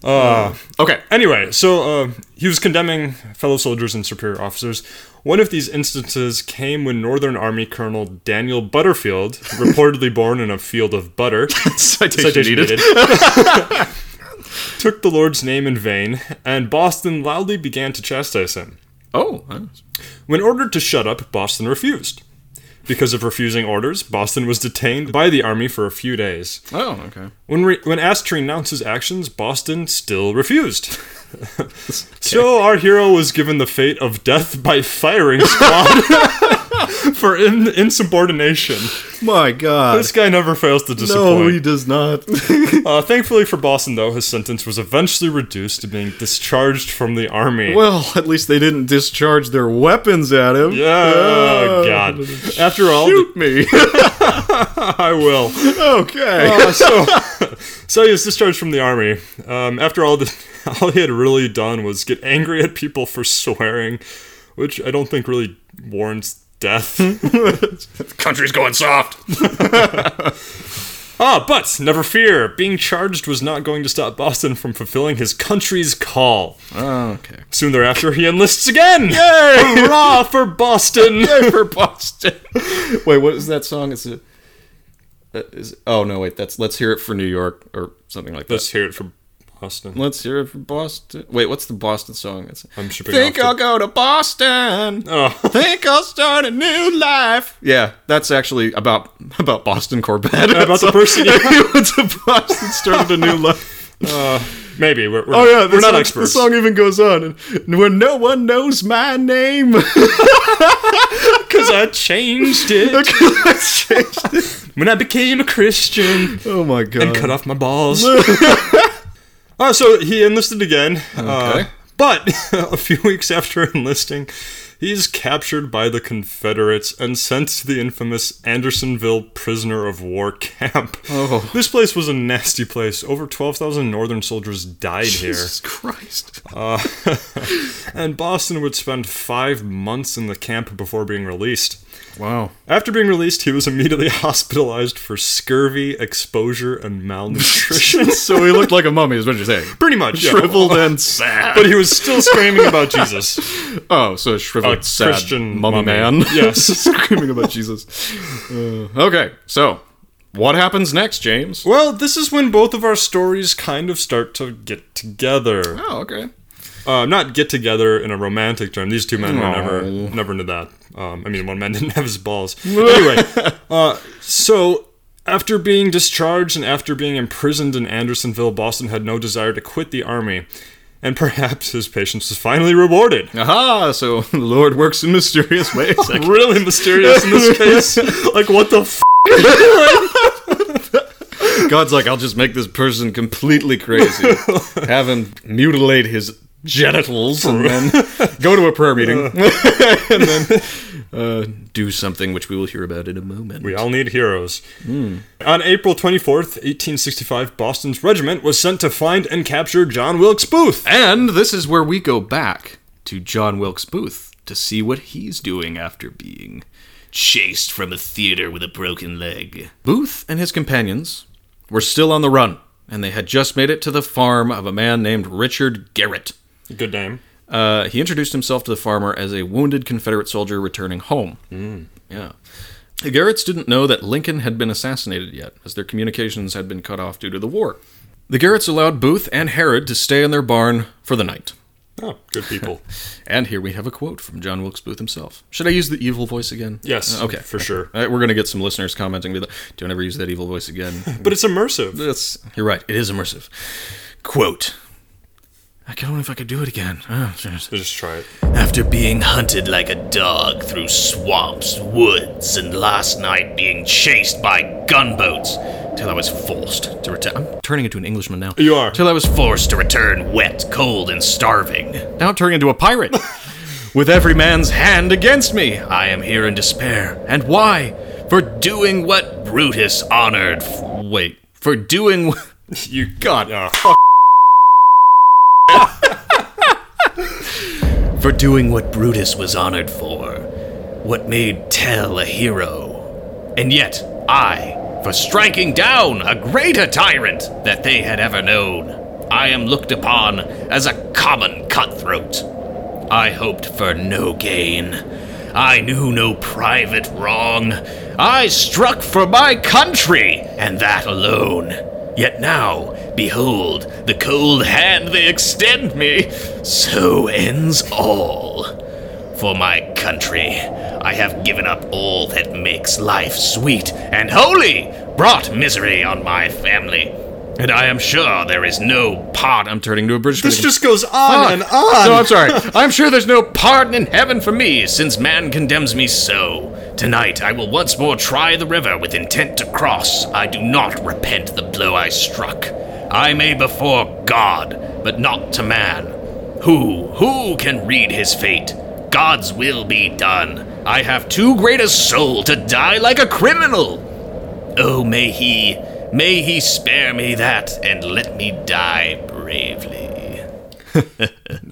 B: Uh, Okay.
A: Anyway, so uh, he was condemning fellow soldiers and superior officers. One of these instances came when Northern Army Colonel Daniel Butterfield, reportedly born in a field of butter,
B: (laughs) Citation,
A: citation
B: needed.
A: needed, (laughs) took the Lord's name in vain, and Boston loudly began to chastise him.
B: Oh, I was-
A: When ordered to shut up, Boston refused. Because of refusing orders, Boston was detained by the army for a few days.
B: oh, okay.
A: When, re- when asked to renounce his actions, Boston still refused. (laughs) So our hero was given the fate of death by firing squad (laughs) for in- insubordination.
B: My God.
A: This guy never fails to disappoint.
B: does not. (laughs)
A: uh, thankfully for Boston, though, his sentence was eventually reduced to being discharged from the army.
B: Well, at least they didn't discharge their weapons at him.
A: Yeah, oh, God. After all,
B: Shoot me. (laughs)
A: I will.
B: okay.
A: Uh,
B: (laughs)
A: so, (laughs) so he was discharged from the army. Um, after all, the, (laughs) all he had really done was get angry at people for swearing, which I don't think really warrants death.
B: Hmm?
A: (laughs)
D: Country's going soft.
A: ah, but never fear, being charged was not going to stop Boston from fulfilling his country's call.
B: Oh, (laughs) okay.
A: Soon thereafter, he enlists again. Yay!
B: (laughs)
A: Hurrah for Boston!
B: for Boston. wait, what is that song? Is it? uh, Is, oh no, wait. That's let's hear it for New York or something like that.
A: Let's hear it for Boston.
B: Let's hear it for Boston. Wait, what's the Boston song? It's,
A: I'm shipping
B: Think I'll
A: off
B: go to Boston.
A: Oh.
B: Think I'll start a new life. Yeah, that's actually about about Boston Corbett.
A: about the person-
B: (laughs) he went to Boston, started a (laughs) new life.
A: to- uh, maybe we're, we're,
B: Oh yeah,
A: we're
B: the
A: not
B: song-
A: experts.
B: The song even goes on, and when no one knows my name, (laughs)
A: Because I changed (laughs) it
B: I changed it.
A: when I became a Christian.
B: Oh my god.
A: cut off my (laughs) balls. uh, so he enlisted again. uh,
B: Okay.
A: but (laughs) a few weeks after enlisting, he's captured by the Confederates and sent to the infamous Andersonville prisoner of war camp.
B: Oh.
A: This place was a nasty place. Over 12,000 Northern soldiers died
B: Jesus Christ.
A: here, and Boston would spend five months in the camp before being released.
B: Wow.
A: After being released, he was immediately (laughs) hospitalized for scurvy, exposure, and
B: (laughs)
A: malnutrition.
B: so he looked like a mummy, is what you're saying.
A: Pretty much, yeah.
B: Shriveled (laughs) and sad.
A: but he was still screaming about Jesus.
B: Oh, so a shriveled,
A: A
B: sad
A: Christian
B: mummy,
A: mummy.
B: (laughs) man.
A: Yes.
B: screaming about Jesus. Uh, okay, so what happens next, James?
A: Well, this is when both of our stories kind of start to get together.
B: Oh, okay.
A: Uh, not get together in a romantic term. These two men were never
B: No.
A: never into that. Um, I mean, one man (laughs) didn't have his balls. anyway, uh, so after being discharged and after being imprisoned in Andersonville, Boston had no desire to quit the army. And perhaps his patience was finally rewarded.
B: Aha, so (laughs) the Lord works in mysterious ways. Like,
A: Really mysterious in this case. like, what the f?
B: God's like, I'll just make this person completely crazy. Have him mutilate his genitals (laughs) and then go to a prayer meeting. and then uh, do something which we will hear about in a moment.
A: We all need heroes. On April 24th, 1865, Boston's regiment was sent to find and capture John Wilkes Booth.
B: And this is where we go back to John Wilkes Booth to see what he's doing after being
D: Chased from a theater with a broken leg.
B: Booth and his companions were still on the run, and they had just made it to the farm of a man named Richard Garrett.
A: Good name.
B: Uh, he introduced himself to the farmer as a wounded Confederate soldier returning home. Yeah. The Garretts didn't know that Lincoln had been assassinated yet, as their communications had been cut off due to the war. The Garretts allowed Booth and Herod to stay in their barn for the night.
A: Oh, good people.
B: And here we have a quote from John Wilkes Booth himself. Should I use the evil voice again?
A: Yes.
B: Uh, okay.
A: For
B: (laughs)
A: sure.
B: All right, we're going to get some listeners commenting. with, Don't ever use that evil voice again.
A: (laughs) But it's immersive.
B: That's you're right. It is immersive. Quote. I can only if I could do it again. Ah, jeez.
A: Just try it.
D: After being hunted like a dog through swamps, woods, and last night being chased by gunboats, till I was forced to return. I'm
B: turning into an Englishman now.
A: You are.
B: Till I was forced.
D: forced to return wet, cold, and starving.
B: Now I'm turning into
A: (laughs)
B: a pirate. With every man's hand against me.
D: I am here in despair
B: And why?
D: for doing what Brutus honored. f-
B: Wait. For doing. wh-
A: You got uh,
D: For doing what Brutus was honored for. What made Tell a hero. And yet, I, for striking down a greater tyrant that they had ever known, I am looked upon as a common cutthroat. I hoped for no gain. I knew no private wrong. I struck for my country, and that alone. Yet now, behold, the cold hand they extend me. So ends all. For my country, I have given up all that makes life sweet and holy, brought misery on my family. And I am sure there is no part
B: I'm turning into a British.
A: This
B: man.
A: just goes on
B: Fuck.
A: and on.
B: No, I'm sorry.
D: I'm sure there's no pardon in heaven for me, since man condemns me so. Tonight I will once more try the river with intent to cross. I do not repent the blow I struck. I may before God, but not to man. Who, who can read his fate? God's will be done. I have too great a soul to die like a criminal. Oh, may he, may he spare me that and let me die bravely.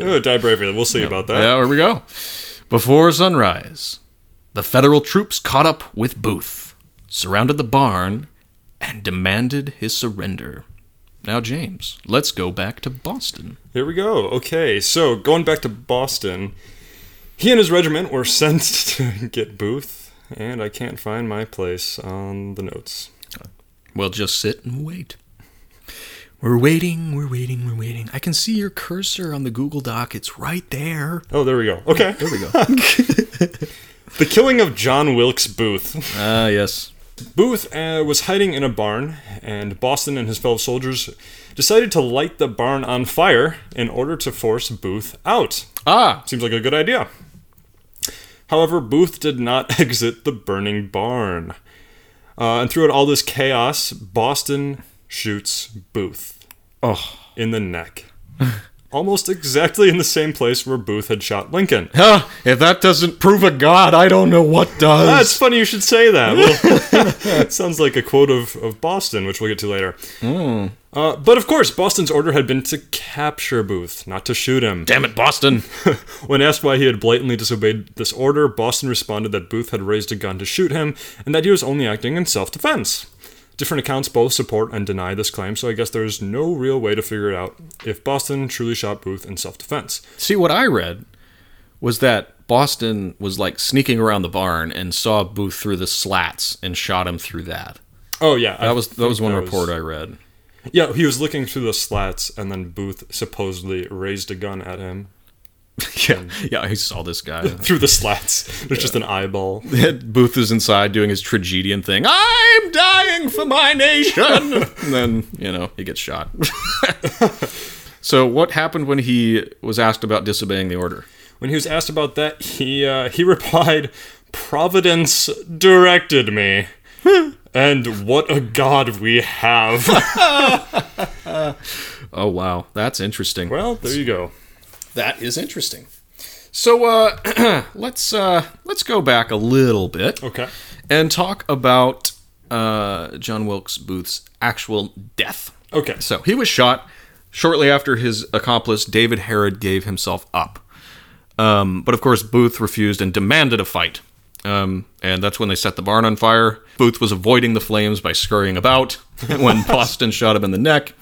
A: Oh, die bravely. We'll see about that.
B: Yeah, here we go. Before sunrise, the Federal troops caught up with Booth, surrounded the barn, and demanded his surrender. Now, James, let's go back to Boston.
A: Here we go. Okay, so going back to Boston, he and his regiment were (laughs) sent to get Booth, and I can't find my place on the notes.
B: Well, just sit and wait. We're waiting, we're waiting, we're waiting. I can see your cursor on the Google Doc. It's right there.
A: Oh, there we go. Okay.
B: There we go.
A: The killing of John Wilkes Booth.
B: Ah, yes.
A: Booth uh, was hiding in a barn, and Boston and his fellow soldiers decided to light the barn on fire in order to force Booth out.
B: Ah,
A: Seems like a good idea. However, Booth did not (laughs) exit the burning barn. Uh, and throughout all this chaos, Boston shoots Booth
B: Oh.
A: in the neck. Almost exactly in the same place where Booth had shot Lincoln.
B: huh, if that doesn't prove a god, I don't know what does.
A: That's funny you should say that. Well, (laughs) it sounds like a quote of, of Boston, which we'll get to later. Uh, but of course, Boston's order had been to capture Booth, not to shoot him.
B: Damn it, Boston.
A: When asked why he had blatantly disobeyed this order, Boston responded that Booth had raised a gun to shoot him and that he was only acting in self defense. Different accounts both support and deny this claim, so I guess there's no real way to figure it out if Boston truly shot Booth in self defense.
B: See, what I read was that Boston was like sneaking around the barn and saw Booth through the slats and shot him through that.
A: Oh, yeah.
B: That was that was one report I (laughs) read.
A: Yeah, he was looking through the slats, and then Booth supposedly raised a gun at him (laughs)
B: Yeah, yeah, I saw this guy. (laughs)
A: through the slats. There's just an eyeball.
B: Booth is inside doing his tragedian thing. I'm dying for my (laughs) nation. and then you know he gets shot. (laughs) so what happened when he was asked about disobeying the order?
A: When he was asked about that, he uh, he (laughs) replied, "Providence directed
B: (laughs)
A: me." And what a god we have!
B: (laughs) Oh wow, that's interesting.
A: well, there you go.
B: That is interesting. So uh, (clears throat) let's uh, let's go back a little bit
A: Okay.
B: and talk about uh, John Wilkes Booth's actual death.
A: Okay.
B: So he was shot shortly after his accomplice David Herod gave himself up. Um, but of course, Booth refused and demanded a fight. Um, and that's when they set the barn on fire. Booth was avoiding the flames by scurrying about (laughs)
A: (laughs)
B: when Boston shot him in the neck.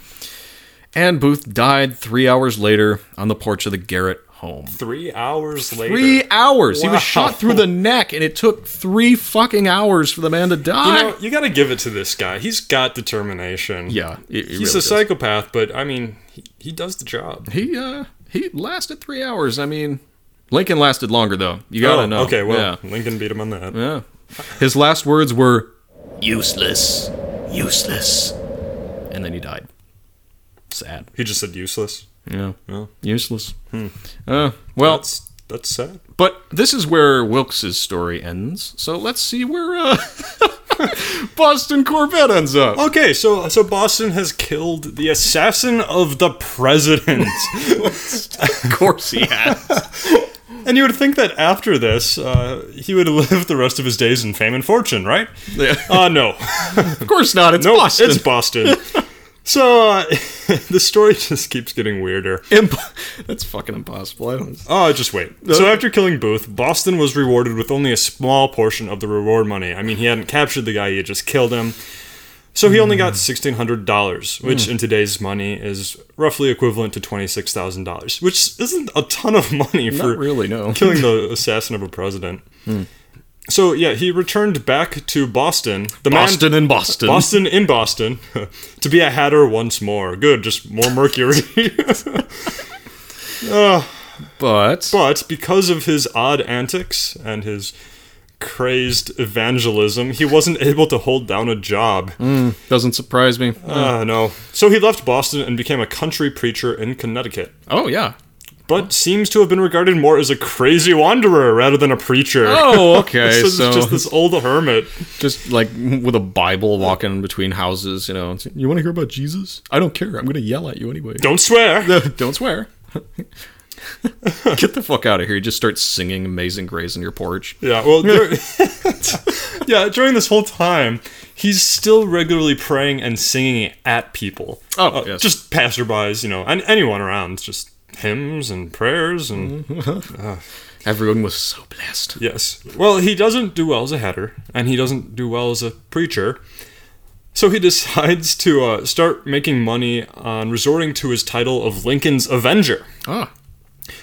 B: And Booth died three hours later on the porch of the Garrett home.
A: Three hours later.
B: (laughs) Three hours! He
A: Wow.
B: was shot through the neck, and it took three fucking hours for the man to
A: You
B: die.
A: know, you got to give it to this guy. He's got determination.
B: yeah, he- he really
A: He's a
B: does.
A: psychopath, but I mean, he, he does the job.
B: he uh he lasted three hours. I mean, Lincoln lasted longer though. You gotta
A: Oh,
B: know.
A: Okay, well,
B: yeah.
A: Lincoln beat him on that.
B: yeah. His last words were,
D: Useless. Useless.
B: and then he died. Sad.
A: He just said useless.
B: Yeah.
A: Yeah.
B: Useless.
A: Hmm.
B: Uh, well,
A: That's that's sad.
B: but this is where Wilkes's story ends. So let's see where uh, (laughs) Boston Corvette ends up.
A: Okay, so so Boston has killed the assassin of the president.
B: (laughs) Of course he has.
A: (laughs) and you would think that after this, uh, he would live the rest of his days in fame and fortune, right? Uh no.
B: of course not. It's
A: No,
B: (laughs) Boston.
A: it's Boston. so uh, (laughs) the story just keeps getting weirder.
B: Imp- That's fucking impossible. I don't.
A: Oh, just wait. So
B: Uh,
A: after killing Booth, Boston was rewarded with only a small portion of the reward money. I mean, he hadn't captured the guy; he had just killed him. So he only got sixteen hundred dollars, which
B: Hmm.
A: in today's money is roughly equivalent to twenty six thousand dollars, which isn't a ton of money for
B: Not really. Hmm. No.
A: (laughs) killing the assassin of a president. So yeah, he returned back to Boston. The man-
B: Boston and Boston.
A: Boston in Boston (laughs) to be a hatter once more. Good, just more
B: (laughs)
A: mercury.
B: But
A: But because of his odd antics and his crazed evangelism, he wasn't able to hold down a job.
B: Mm. doesn't surprise me.
A: Ah, no. So he left Boston and became a country preacher in Connecticut,
B: Oh yeah.
A: but seems to have been regarded more as a crazy wanderer rather than a preacher.
B: (laughs) Oh, okay.
A: so it's
B: so
A: just this old hermit.
B: just like with a Bible walking between houses, you know. and saying, You want to hear about Jesus? I don't care. I'm going to yell at you anyway.
A: Don't swear.
B: (laughs) Don't swear. Get the fuck out of here. You just start singing Amazing Grace on your porch.
A: Yeah,
B: (laughs)
A: well, dur- (laughs) yeah. During this whole time, he's still regularly praying and singing at people. Uh,
B: Oh, yes.
A: just passerbys, you know, and anyone around. Just hymns and prayers
B: Mm-hmm.
A: and
B: Everyone was so blessed.
A: yes. Well, he doesn't do well as a hatter, and he doesn't do well as a preacher. So he (laughs) decides to uh, start making money on resorting to his title of Lincoln's Avenger.
B: Ah.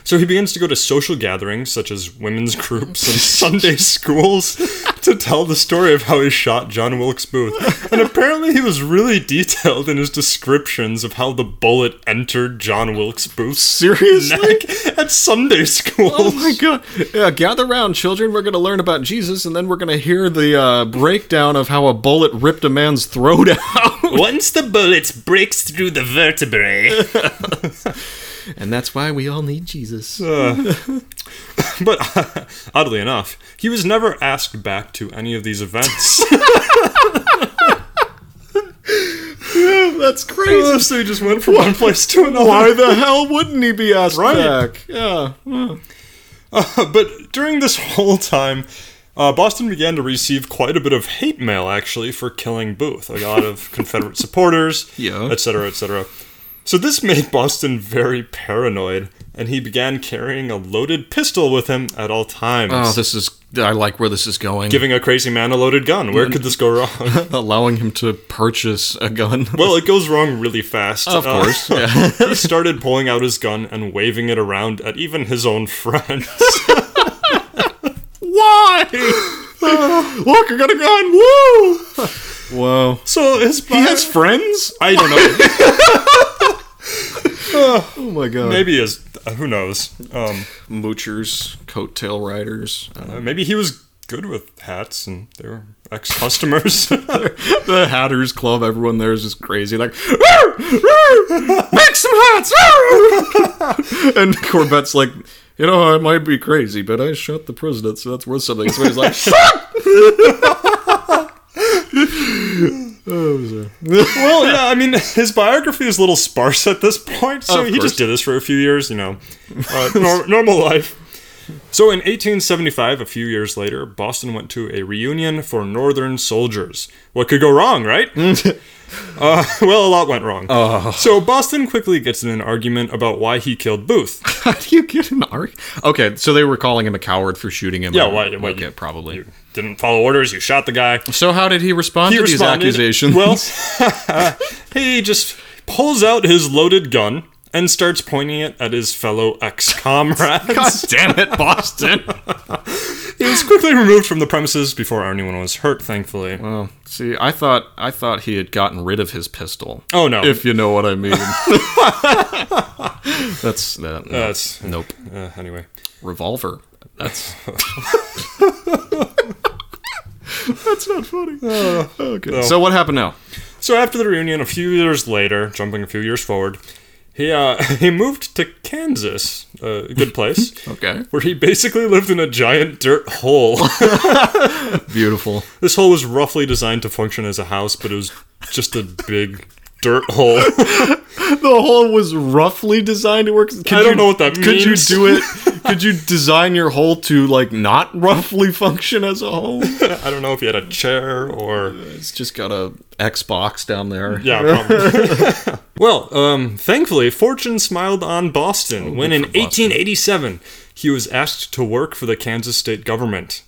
A: So he begins to go to social gatherings such as women's (laughs) groups and Sunday schools to tell the story of how he shot John Wilkes Booth. And apparently he was really detailed in his descriptions of how the bullet entered John Wilkes Booth's
B: Seriously?
A: neck at Sunday schools.
B: Oh my god. Yeah, gather round, children. We're going to learn about Jesus, and then we're going to hear the uh, breakdown of how a bullet ripped a man's throat (laughs)
A: (laughs)
B: out.
C: Once the bullet breaks through the vertebrae,
B: and that's why we all need Jesus.
A: But (laughs) oddly enough, he was never asked back to any of these
B: (laughs)
A: events.
B: (laughs)
A: (laughs)
B: that's crazy.
A: so he just went from one place to
B: (laughs)
A: another.
B: Why the hell wouldn't he be asked
A: Right.
B: back? Yeah.
A: but during this (laughs) whole time, uh, Boston began to receive quite a bit of hate mail, actually, for killing Booth. A lot
B: (laughs)
A: of Confederate supporters,
B: Yeah.
A: et cetera, et cetera. So this made Boston very paranoid, and he began carrying a loaded pistol with him at all times.
B: Oh, this is. I like where this is going.
A: Giving a crazy man a loaded gun. Where could this go wrong?
B: (laughs) Allowing him to purchase a gun.
A: well, it goes wrong really fast.
B: of
A: Uh,
B: course. (laughs) Yeah.
A: (laughs) he started pulling out his gun and waving it around at even his own (laughs)
B: (laughs)
A: friends.
B: Why? (laughs) Look, I got a gun. Woo! Whoa.
A: so his
B: He has friends?
A: I don't know.
B: Oh my god.
A: Maybe his. Who knows? Um,
B: Moochers, coattail riders. (laughs) Uh,
A: Uh, Maybe he was good with hats and they were ex
B: (laughs)
A: customers.
B: the Hatters Club, everyone there is just crazy. Like, (laughs) "Roar! Roar! make some hats! (laughs) roar!" and Corvette's like, you know, I might be crazy, but I shot the president, so that's worth something. So he's like,
A: (laughs) well, yeah, I mean, his biography is a little sparse at this point, so
B: Of
A: he
B: course. (laughs)
A: just did this for a few years, you know, uh, nor- normal life. So in 1875, a few years later, Boston went to a reunion for Northern soldiers. What could go wrong,
B: (laughs)
A: right? Uh, well, a lot went wrong.
B: Oh.
A: So Boston quickly gets in an argument about why he killed Booth.
B: (laughs) How do you get an arc? Okay, so they were calling him a coward for shooting him.
A: Yeah,
B: on
A: why- why
B: Wicket,
A: you-
B: probably.
A: You didn't follow orders. You shot the guy.
B: so how did he respond
A: He
B: to
A: responded.
B: these accusations?
A: Well, (laughs) he just pulls out his loaded gun and starts pointing it at his fellow ex-comrades.
B: (laughs) (laughs) God damn it, Boston! (laughs)
A: He was quickly removed from the premises before anyone was hurt, thankfully.
B: oh, see, I thought I thought he had gotten rid of his pistol.
A: oh no.
B: If you know what I
A: (laughs)
B: mean. That's that.
A: That's-
B: nope.
A: uh, anyway.
B: Revolver.
A: (laughs)
B: That's (laughs)
A: Uh,
B: that's not funny. okay. So what happened now?
A: So after the reunion, a few years later, jumping a few years forward, he uh, (laughs) he moved to Kansas, a
B: (laughs)
A: good place,
B: Okay.
A: where he basically lived in a giant dirt hole.
B: (laughs) Beautiful.
A: this hole was roughly designed to function as a house, but it was just a big dirt hole.
B: The hole was roughly designed to work. Could
A: I don't know what that
B: Could
A: means. (laughs)
B: you do it? could you design your hole to like not roughly function as a hole?
A: I don't know if he had a chair or
B: It's just got a Xbox down there. (laughs)
A: Yeah, probably. (laughs) well, um, thankfully, fortune smiled on Boston
B: Oh,
A: when in 1887 he was asked to work for the Kansas state government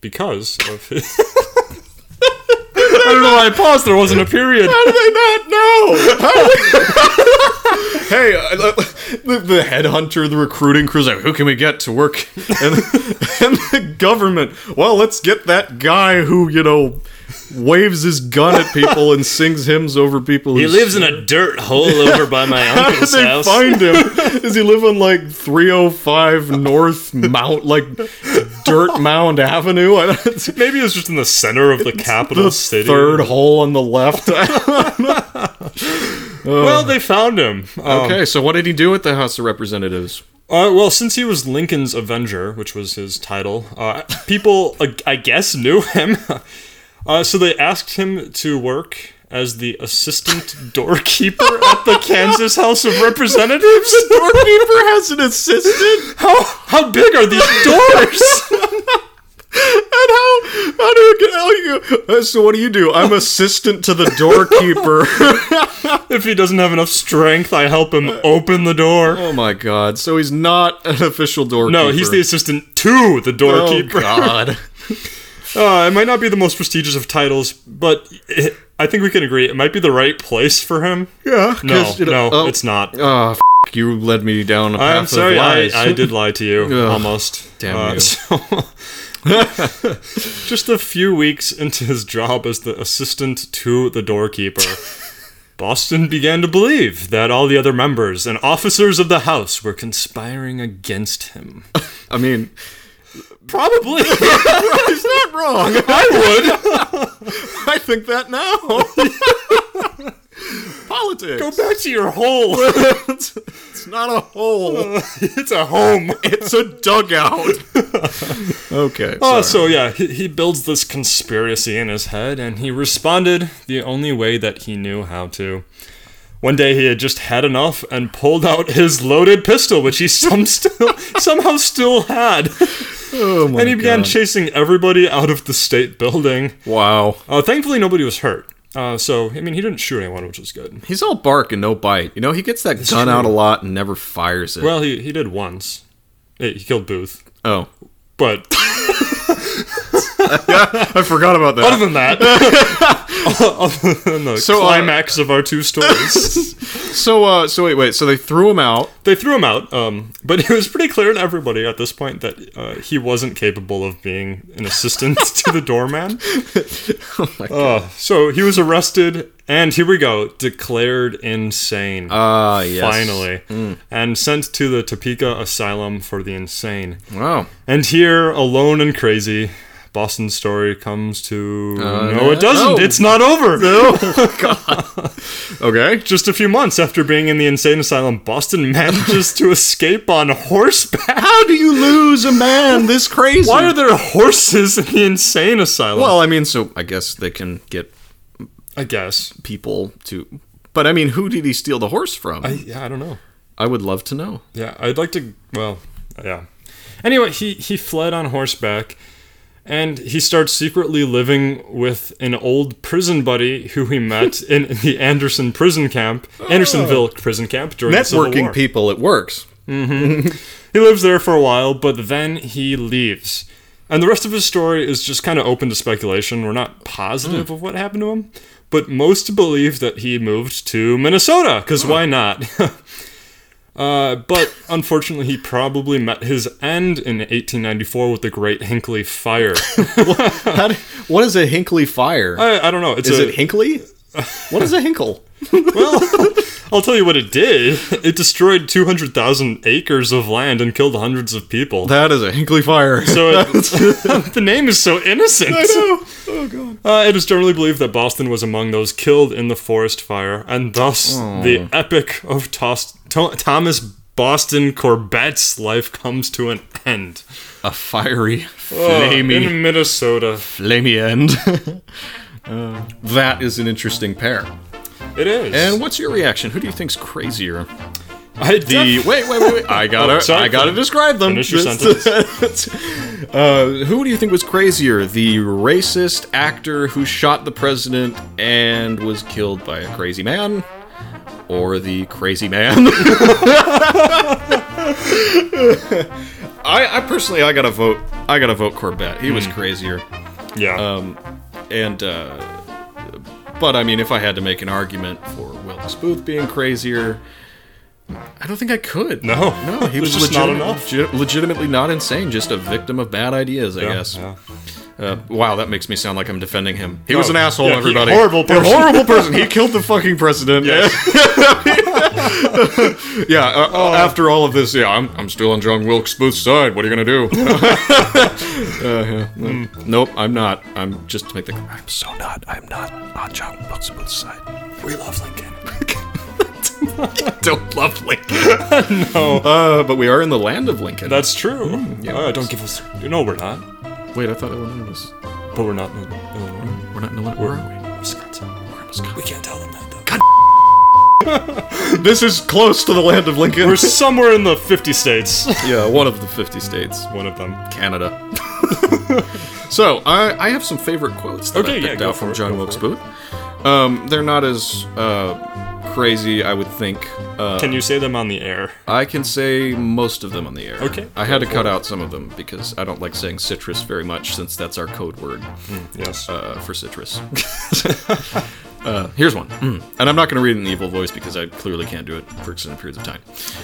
A: because of his. (laughs) I don't know why I paused. There wasn't a
B: (laughs)
A: period.
B: How do they not know? How
A: (laughs)
B: do they- hey, uh, the, the headhunter, the recruiting crew's like, who can we get to work? And, and the government, well, let's get that guy who, you know, waves his gun at people and sings hymns over people.
C: He lives in a dirt hole over by my
B: How did
C: uncle's
B: (laughs) they
C: house.
B: find (laughs) him? Does he live on like 305 North Mount, like Dirt Mound Avenue? I don't- It's
A: Maybe it was just in the center of the capital
B: the
A: city.
B: third hole on the (laughs) left.
A: Well, they found him. Um,
B: Oh. okay, so what did he do at the House of Representatives?
A: Uh, well, since he was Lincoln's Avenger, which was his title, uh, (laughs) people, uh, I guess, knew him. (laughs) Uh, so they asked him to work as the assistant
B: (laughs)
A: doorkeeper at the Kansas House of Representatives.
B: doorkeeper has an assistant?
A: How, how big are these doors?
B: (laughs)
A: (laughs)
B: And how how do you get how you uh, so what do you do? I'm assistant to the doorkeeper. (laughs)
A: if he doesn't have enough strength, I help him open the door.
B: Uh, oh my god. So he's not an official doorkeeper.
A: No, he's the assistant to the
B: (laughs)
A: doorkeeper.
B: Oh god.
A: (laughs) Uh, it might not be the most prestigious of titles, but it, I think we can agree it might be the right place for him.
B: yeah.
A: No,
B: 'cause, you
A: no,
B: know- oh,
A: it's not.
B: oh, f- you led me down a path
A: I'm sorry,
B: of lies.
A: I, I did lie to you
B: Ugh,
A: almost. Uh,
B: damn you.
A: so- (laughs) just a few weeks into his job as the assistant to the doorkeeper, Boston began to believe that all the other members and officers of the house were conspiring against him.
B: (laughs) I mean,
A: (laughs) Probably,
B: he's not wrong. (laughs)
A: I would
B: I think that now. (laughs) Politics.
A: go back to your hole.
B: It's not a hole.
A: (laughs) it's a home.
B: It's a dugout. (laughs) okay.
A: Oh,
B: sorry.
A: so yeah, he, he builds this conspiracy in his head, and he responded the only way that he knew how to. One day he had just had enough and pulled out his loaded pistol, which he (laughs) some still, somehow still had,
B: (laughs) Oh my
A: and he began
B: God.
A: chasing everybody out of the state building.
B: wow.
A: Uh, thankfully, nobody was hurt. Uh, so, I mean, he didn't shoot anyone, which was good.
B: He's all bark and no bite. You know, he gets that gun out a lot and never fires it.
A: Well, he, he did once. Eh, He killed Booth.
B: oh,
A: But (laughs)
B: I forgot about that.
A: other than
B: (laughs)
A: that, (laughs) other than the
B: So, uh,
A: climax of our two stories.
B: So, uh, so wait, wait. So they threw him out.
A: they threw him out, um, but (laughs) it was pretty clear to everybody at this point that uh, he wasn't capable of being an assistant (laughs) to the
B: (laughs)
A: doorman.
B: Oh
A: Uh, so he was arrested, and here we go, declared insane.
B: Ah, yes. Mm.
A: Finally, and sent to the Topeka Asylum for the Insane.
B: Wow.
A: And here, alone and crazy, Boston's story comes to. no, it doesn't.
B: Uh, no.
A: It's not
B: (laughs)
A: over.
B: Okay.
A: Just a few months after being in the insane asylum, Boston (laughs) manages to escape on horseback.
B: How do you lose a man this crazy?
A: Why are there (laughs) horses in the insane asylum?
B: well, I mean, so I guess they can get
A: I guess.
B: people to. But I mean, who did he steal the horse from?
A: I,
B: I,
A: yeah, I don't know.
B: would love to know.
A: Yeah, I'd like to. Well, yeah. Anyway, he, he fled on horseback and he starts secretly living with an old prison buddy who he (laughs) met in the Anderson prison camp, Andersonville prison camp during the Civil War.
B: Networking people,
A: (laughs)
B: it works.
A: He lives there for a while, but then he leaves. And the rest of his story is just kind of open to speculation. We're not positive
B: Hmm.
A: of what happened to him, but most believe that he moved to Minnesota, because why not? (laughs) uh, but unfortunately, he probably met his end in 1894 with the Great Hinckley
B: (laughs)
A: Fire.
B: How do- what is a Hinkley fire?
A: I, I don't know. It's
B: is
A: a,
B: it
A: (laughs)
B: Hinkley? What is a Hinkle?
A: I'll tell you what it did. (laughs) It destroyed 200,000 acres of land and killed hundreds of people.
B: That is a Hinkley fire.
A: So it, (laughs) the name is so innocent.
B: oh god.
A: Uh, it is generally believed that Boston was among those killed in the forest fire, and thus the epic of Tos- To- Thomas Boston Corbett's life comes to an end.
B: (laughs) A fiery,
A: Uh,
B: flamey,
A: in Minnesota.
B: flamey end. (laughs) Uh, that is an interesting pair.
A: It is.
B: And what's your reaction? Who do you think's crazier?
A: I
B: The
A: def-
B: wait, wait, wait, wait. I
A: (laughs)
B: gotta,
A: Oh, sorry,
B: I gotta
A: finish-
B: describe them.
A: finish your
B: (laughs) uh, who do you think was crazier, the racist actor who shot the president and was killed by a crazy man, or the crazy man? (laughs) I, I personally, I gotta vote. I gotta vote Corbett. He
A: Hmm.
B: was crazier,
A: yeah.
B: and uh, but I mean, if I had to make an argument for Wilkes Booth being crazier. I don't think I could.
A: no. (laughs)
B: No, he was
A: There's just not
B: legitimate-
A: enough.
B: legi- legitimately not insane, just a victim of bad ideas, I
A: Yeah,
B: guess.
A: yeah.
B: Uh, wow, that makes me sound like I'm defending him. He was
A: No,
B: an asshole,
A: Oh, yeah, he-
B: everybody.
A: horrible
B: A
A: person. (laughs)
B: horrible person. He killed the fucking president. (laughs) yeah. uh,
A: Oh.
B: After all of this, yeah, I'm, I'm still on John Wilkes Booth's side. What are you gonna do? (laughs) Uh, yeah, no.
A: Hmm.
B: Nope, I'm not. I'm just to make the. I'm so not. I'm not on John Wilkes Booth's side.
A: We love Lincoln.
B: (laughs) Don't love Lincoln. no. Uh, but we are in the land of Lincoln.
A: That's true.
B: yeah.
A: Uh, don't give us. No, we're not.
B: Wait, I thought Illinois was.
A: But we're not. in Illinois.
B: We're not in Illinois.
A: (laughs)
B: Where are
A: Wisconsin. We can't tell them that, though.
B: we? This is close to the land of Lincoln.
A: We're somewhere in the 50 (laughs) states.
B: yeah, one of the 50 states.
A: One of them. (laughs)
B: Canada. so, I, I have some favorite quotes that
A: Okay,
B: I
A: yeah,
B: picked
A: go
B: out
A: for
B: from
A: it,
B: John
A: go
B: Wilkes
A: for
B: Booth. Um, they're not as uh, crazy, I would think. Uh,
A: Can you say them on the air?
B: I can say most of them on the air.
A: Okay,
B: I had to cut out some of them because I don't like saying citrus very much since that's our code word.
A: Yes.
B: uh, for citrus. (laughs) uh, here's one, and I'm not going to read it in the evil voice because I clearly can't do it for extended periods of time.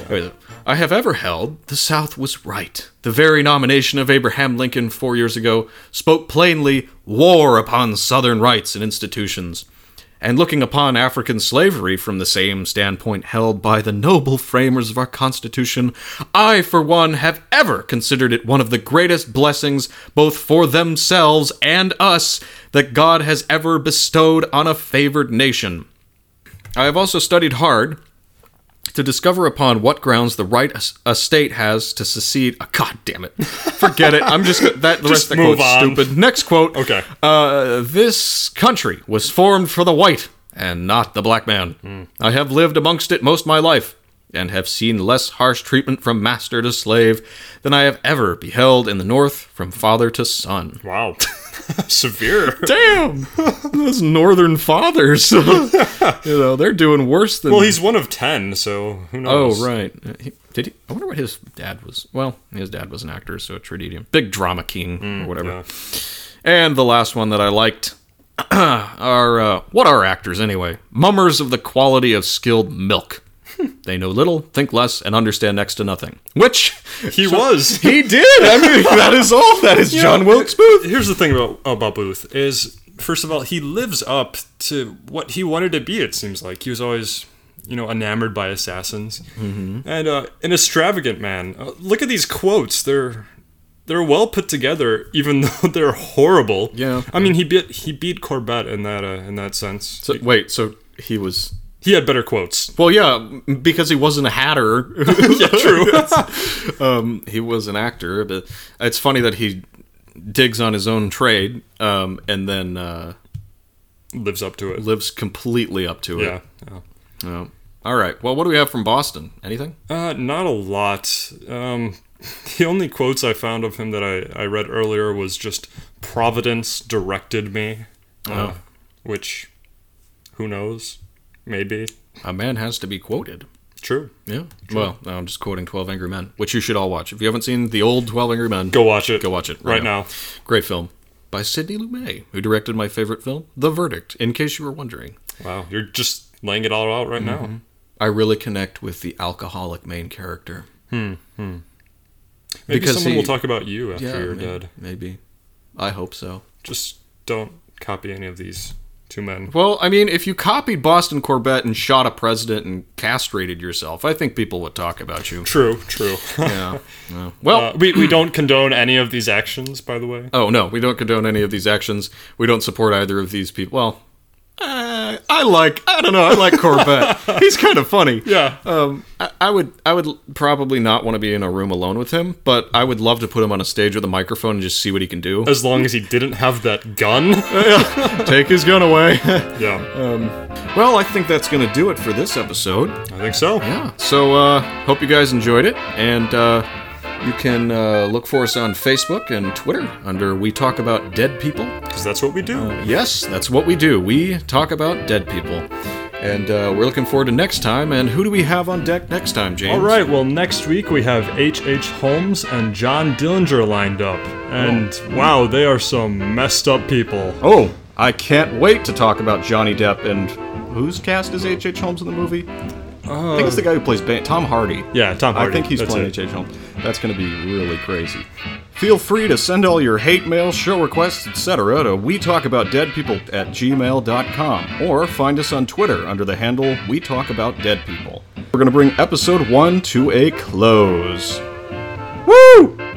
B: Anyway, I have ever held the South was right. The very nomination of Abraham Lincoln four years ago spoke plainly war upon Southern rights and institutions. And looking upon African slavery from the same standpoint held by the noble framers of our Constitution, I, for one, have ever considered it one of the greatest blessings, both for themselves and us, that God has ever bestowed on a favored nation. I have also studied hard to discover upon what grounds the right a- a state has to secede. Oh, God damn it. Forget it. I'm just that the rest of the
A: move
B: quote's
A: on.
B: stupid. Next quote.
A: Okay.
B: Uh, this country was formed for the white and not the black man.
A: Hmm.
B: I have lived amongst it most my life and have seen less harsh treatment from master to slave than I have ever beheld in the north from father to son.
A: wow. (laughs) Severe.
B: Damn! (laughs) Those northern fathers. (laughs) you know, they're doing worse than
A: Well, he's one of ten, so who
B: Oh
A: knows?
B: right. Uh, he- Did he? I wonder what his dad was. Well, his dad was an actor, so a tragedian, big drama king or whatever.
A: yeah.
B: And the last one that I liked (clears throat) are uh, what are actors anyway? Mummers of the quality of skilled (laughs) milk. they know little, think less, and understand next to nothing. Which
A: He was. (laughs)
B: he did. I mean, that is all. That is John Wilkes Booth.
A: Here's the thing about, about Booth is, first of all, he lives up to what he wanted to be. It seems like he was always, you know, enamored by assassins
B: Mm-hmm.
A: and uh, an extravagant man. Uh, look at these quotes; they're they're well put together, even (laughs) though they're horrible.
B: Yeah.
A: I mean, he beat he beat Corbett in that uh, in that sense.
B: So, wait, so he was.
A: He had better quotes.
B: Well, yeah, because he wasn't a hatter.
A: (laughs)
B: (laughs)
A: yeah, true.
B: um, he was an actor, but it's funny that he digs on his own trade um, and then uh,
A: Lives up to it.
B: lives completely up to it. Um,
A: Yeah. yeah.
B: Yeah. All right. Well, what do we have from Boston? Anything?
A: Uh, not a lot. Um, (laughs) The only quotes I found of him that I, I read earlier was just Providence directed me.
B: Oh.
A: uh, which, who knows? Maybe.
B: A man has to be quoted.
A: True.
B: Yeah. Well, no, I'm just quoting 12 Angry Men, which you should all watch. If you haven't seen the old 12 Angry Men,
A: Go watch it.
B: Go watch it
A: Right, now.
B: Great film by Sidney Lumet, who directed my favorite film, The Verdict, in case you were wondering.
A: Wow. You're just laying it all out right
B: Mm-hmm.
A: now.
B: I really connect with the alcoholic main character.
A: Maybe
B: Because
A: someone
B: he-
A: will talk about you after you're
B: may-
A: dead.
B: Maybe. I hope so.
A: Just don't copy any of these two men.
B: Well, I mean, if you copied Boston Corbett and shot a president and castrated yourself, I think people would talk about you.
A: True, true.
B: (laughs) yeah. yeah.
A: (laughs)
B: Well,
A: Uh, we, we don't condone any of these actions, by the way.
B: Oh no, we don't condone any of these actions. We don't support either of these people. Well, uh, I like I don't know. I like
A: (laughs)
B: Corbett. He's kind of funny.
A: Yeah.
B: Um, I, I would I would probably not want to be in a room alone with him, but I would love to put him on a stage with a microphone and just see what he can do.
A: As long as he didn't have that gun.
B: (laughs) Take his gun away. (laughs)
A: yeah,
B: well, I think that's gonna do it for this episode.
A: I think so.
B: Yeah. So uh, hope you guys enjoyed it, and uh, you can uh, look for us on Facebook and Twitter under We Talk About Dead People.
A: Because that's what we do.
B: Yes, that's what we do. We talk about dead people. And uh, we're looking forward to next time. And who do we have on deck next time, James?
A: All right, well, next week we have H.H. H. Holmes and John Dillinger lined up. And wow, they are some messed up people.
B: Oh, I can't wait to talk about Johnny Depp and whose cast is H.H. Holmes in the movie? I think it's the guy who plays Bane, Tom Hardy.
A: Yeah, Tom Hardy.
B: I think he's
A: that's
B: playing
A: it.
B: H.H. Holmes. That's going to be really crazy. Feel free to send all your hate mail, show requests, etc. to we talk about dead people at gmail.com or find us on Twitter under the handle we talk about dead people. We're going to bring episode 1 to a close. Woo!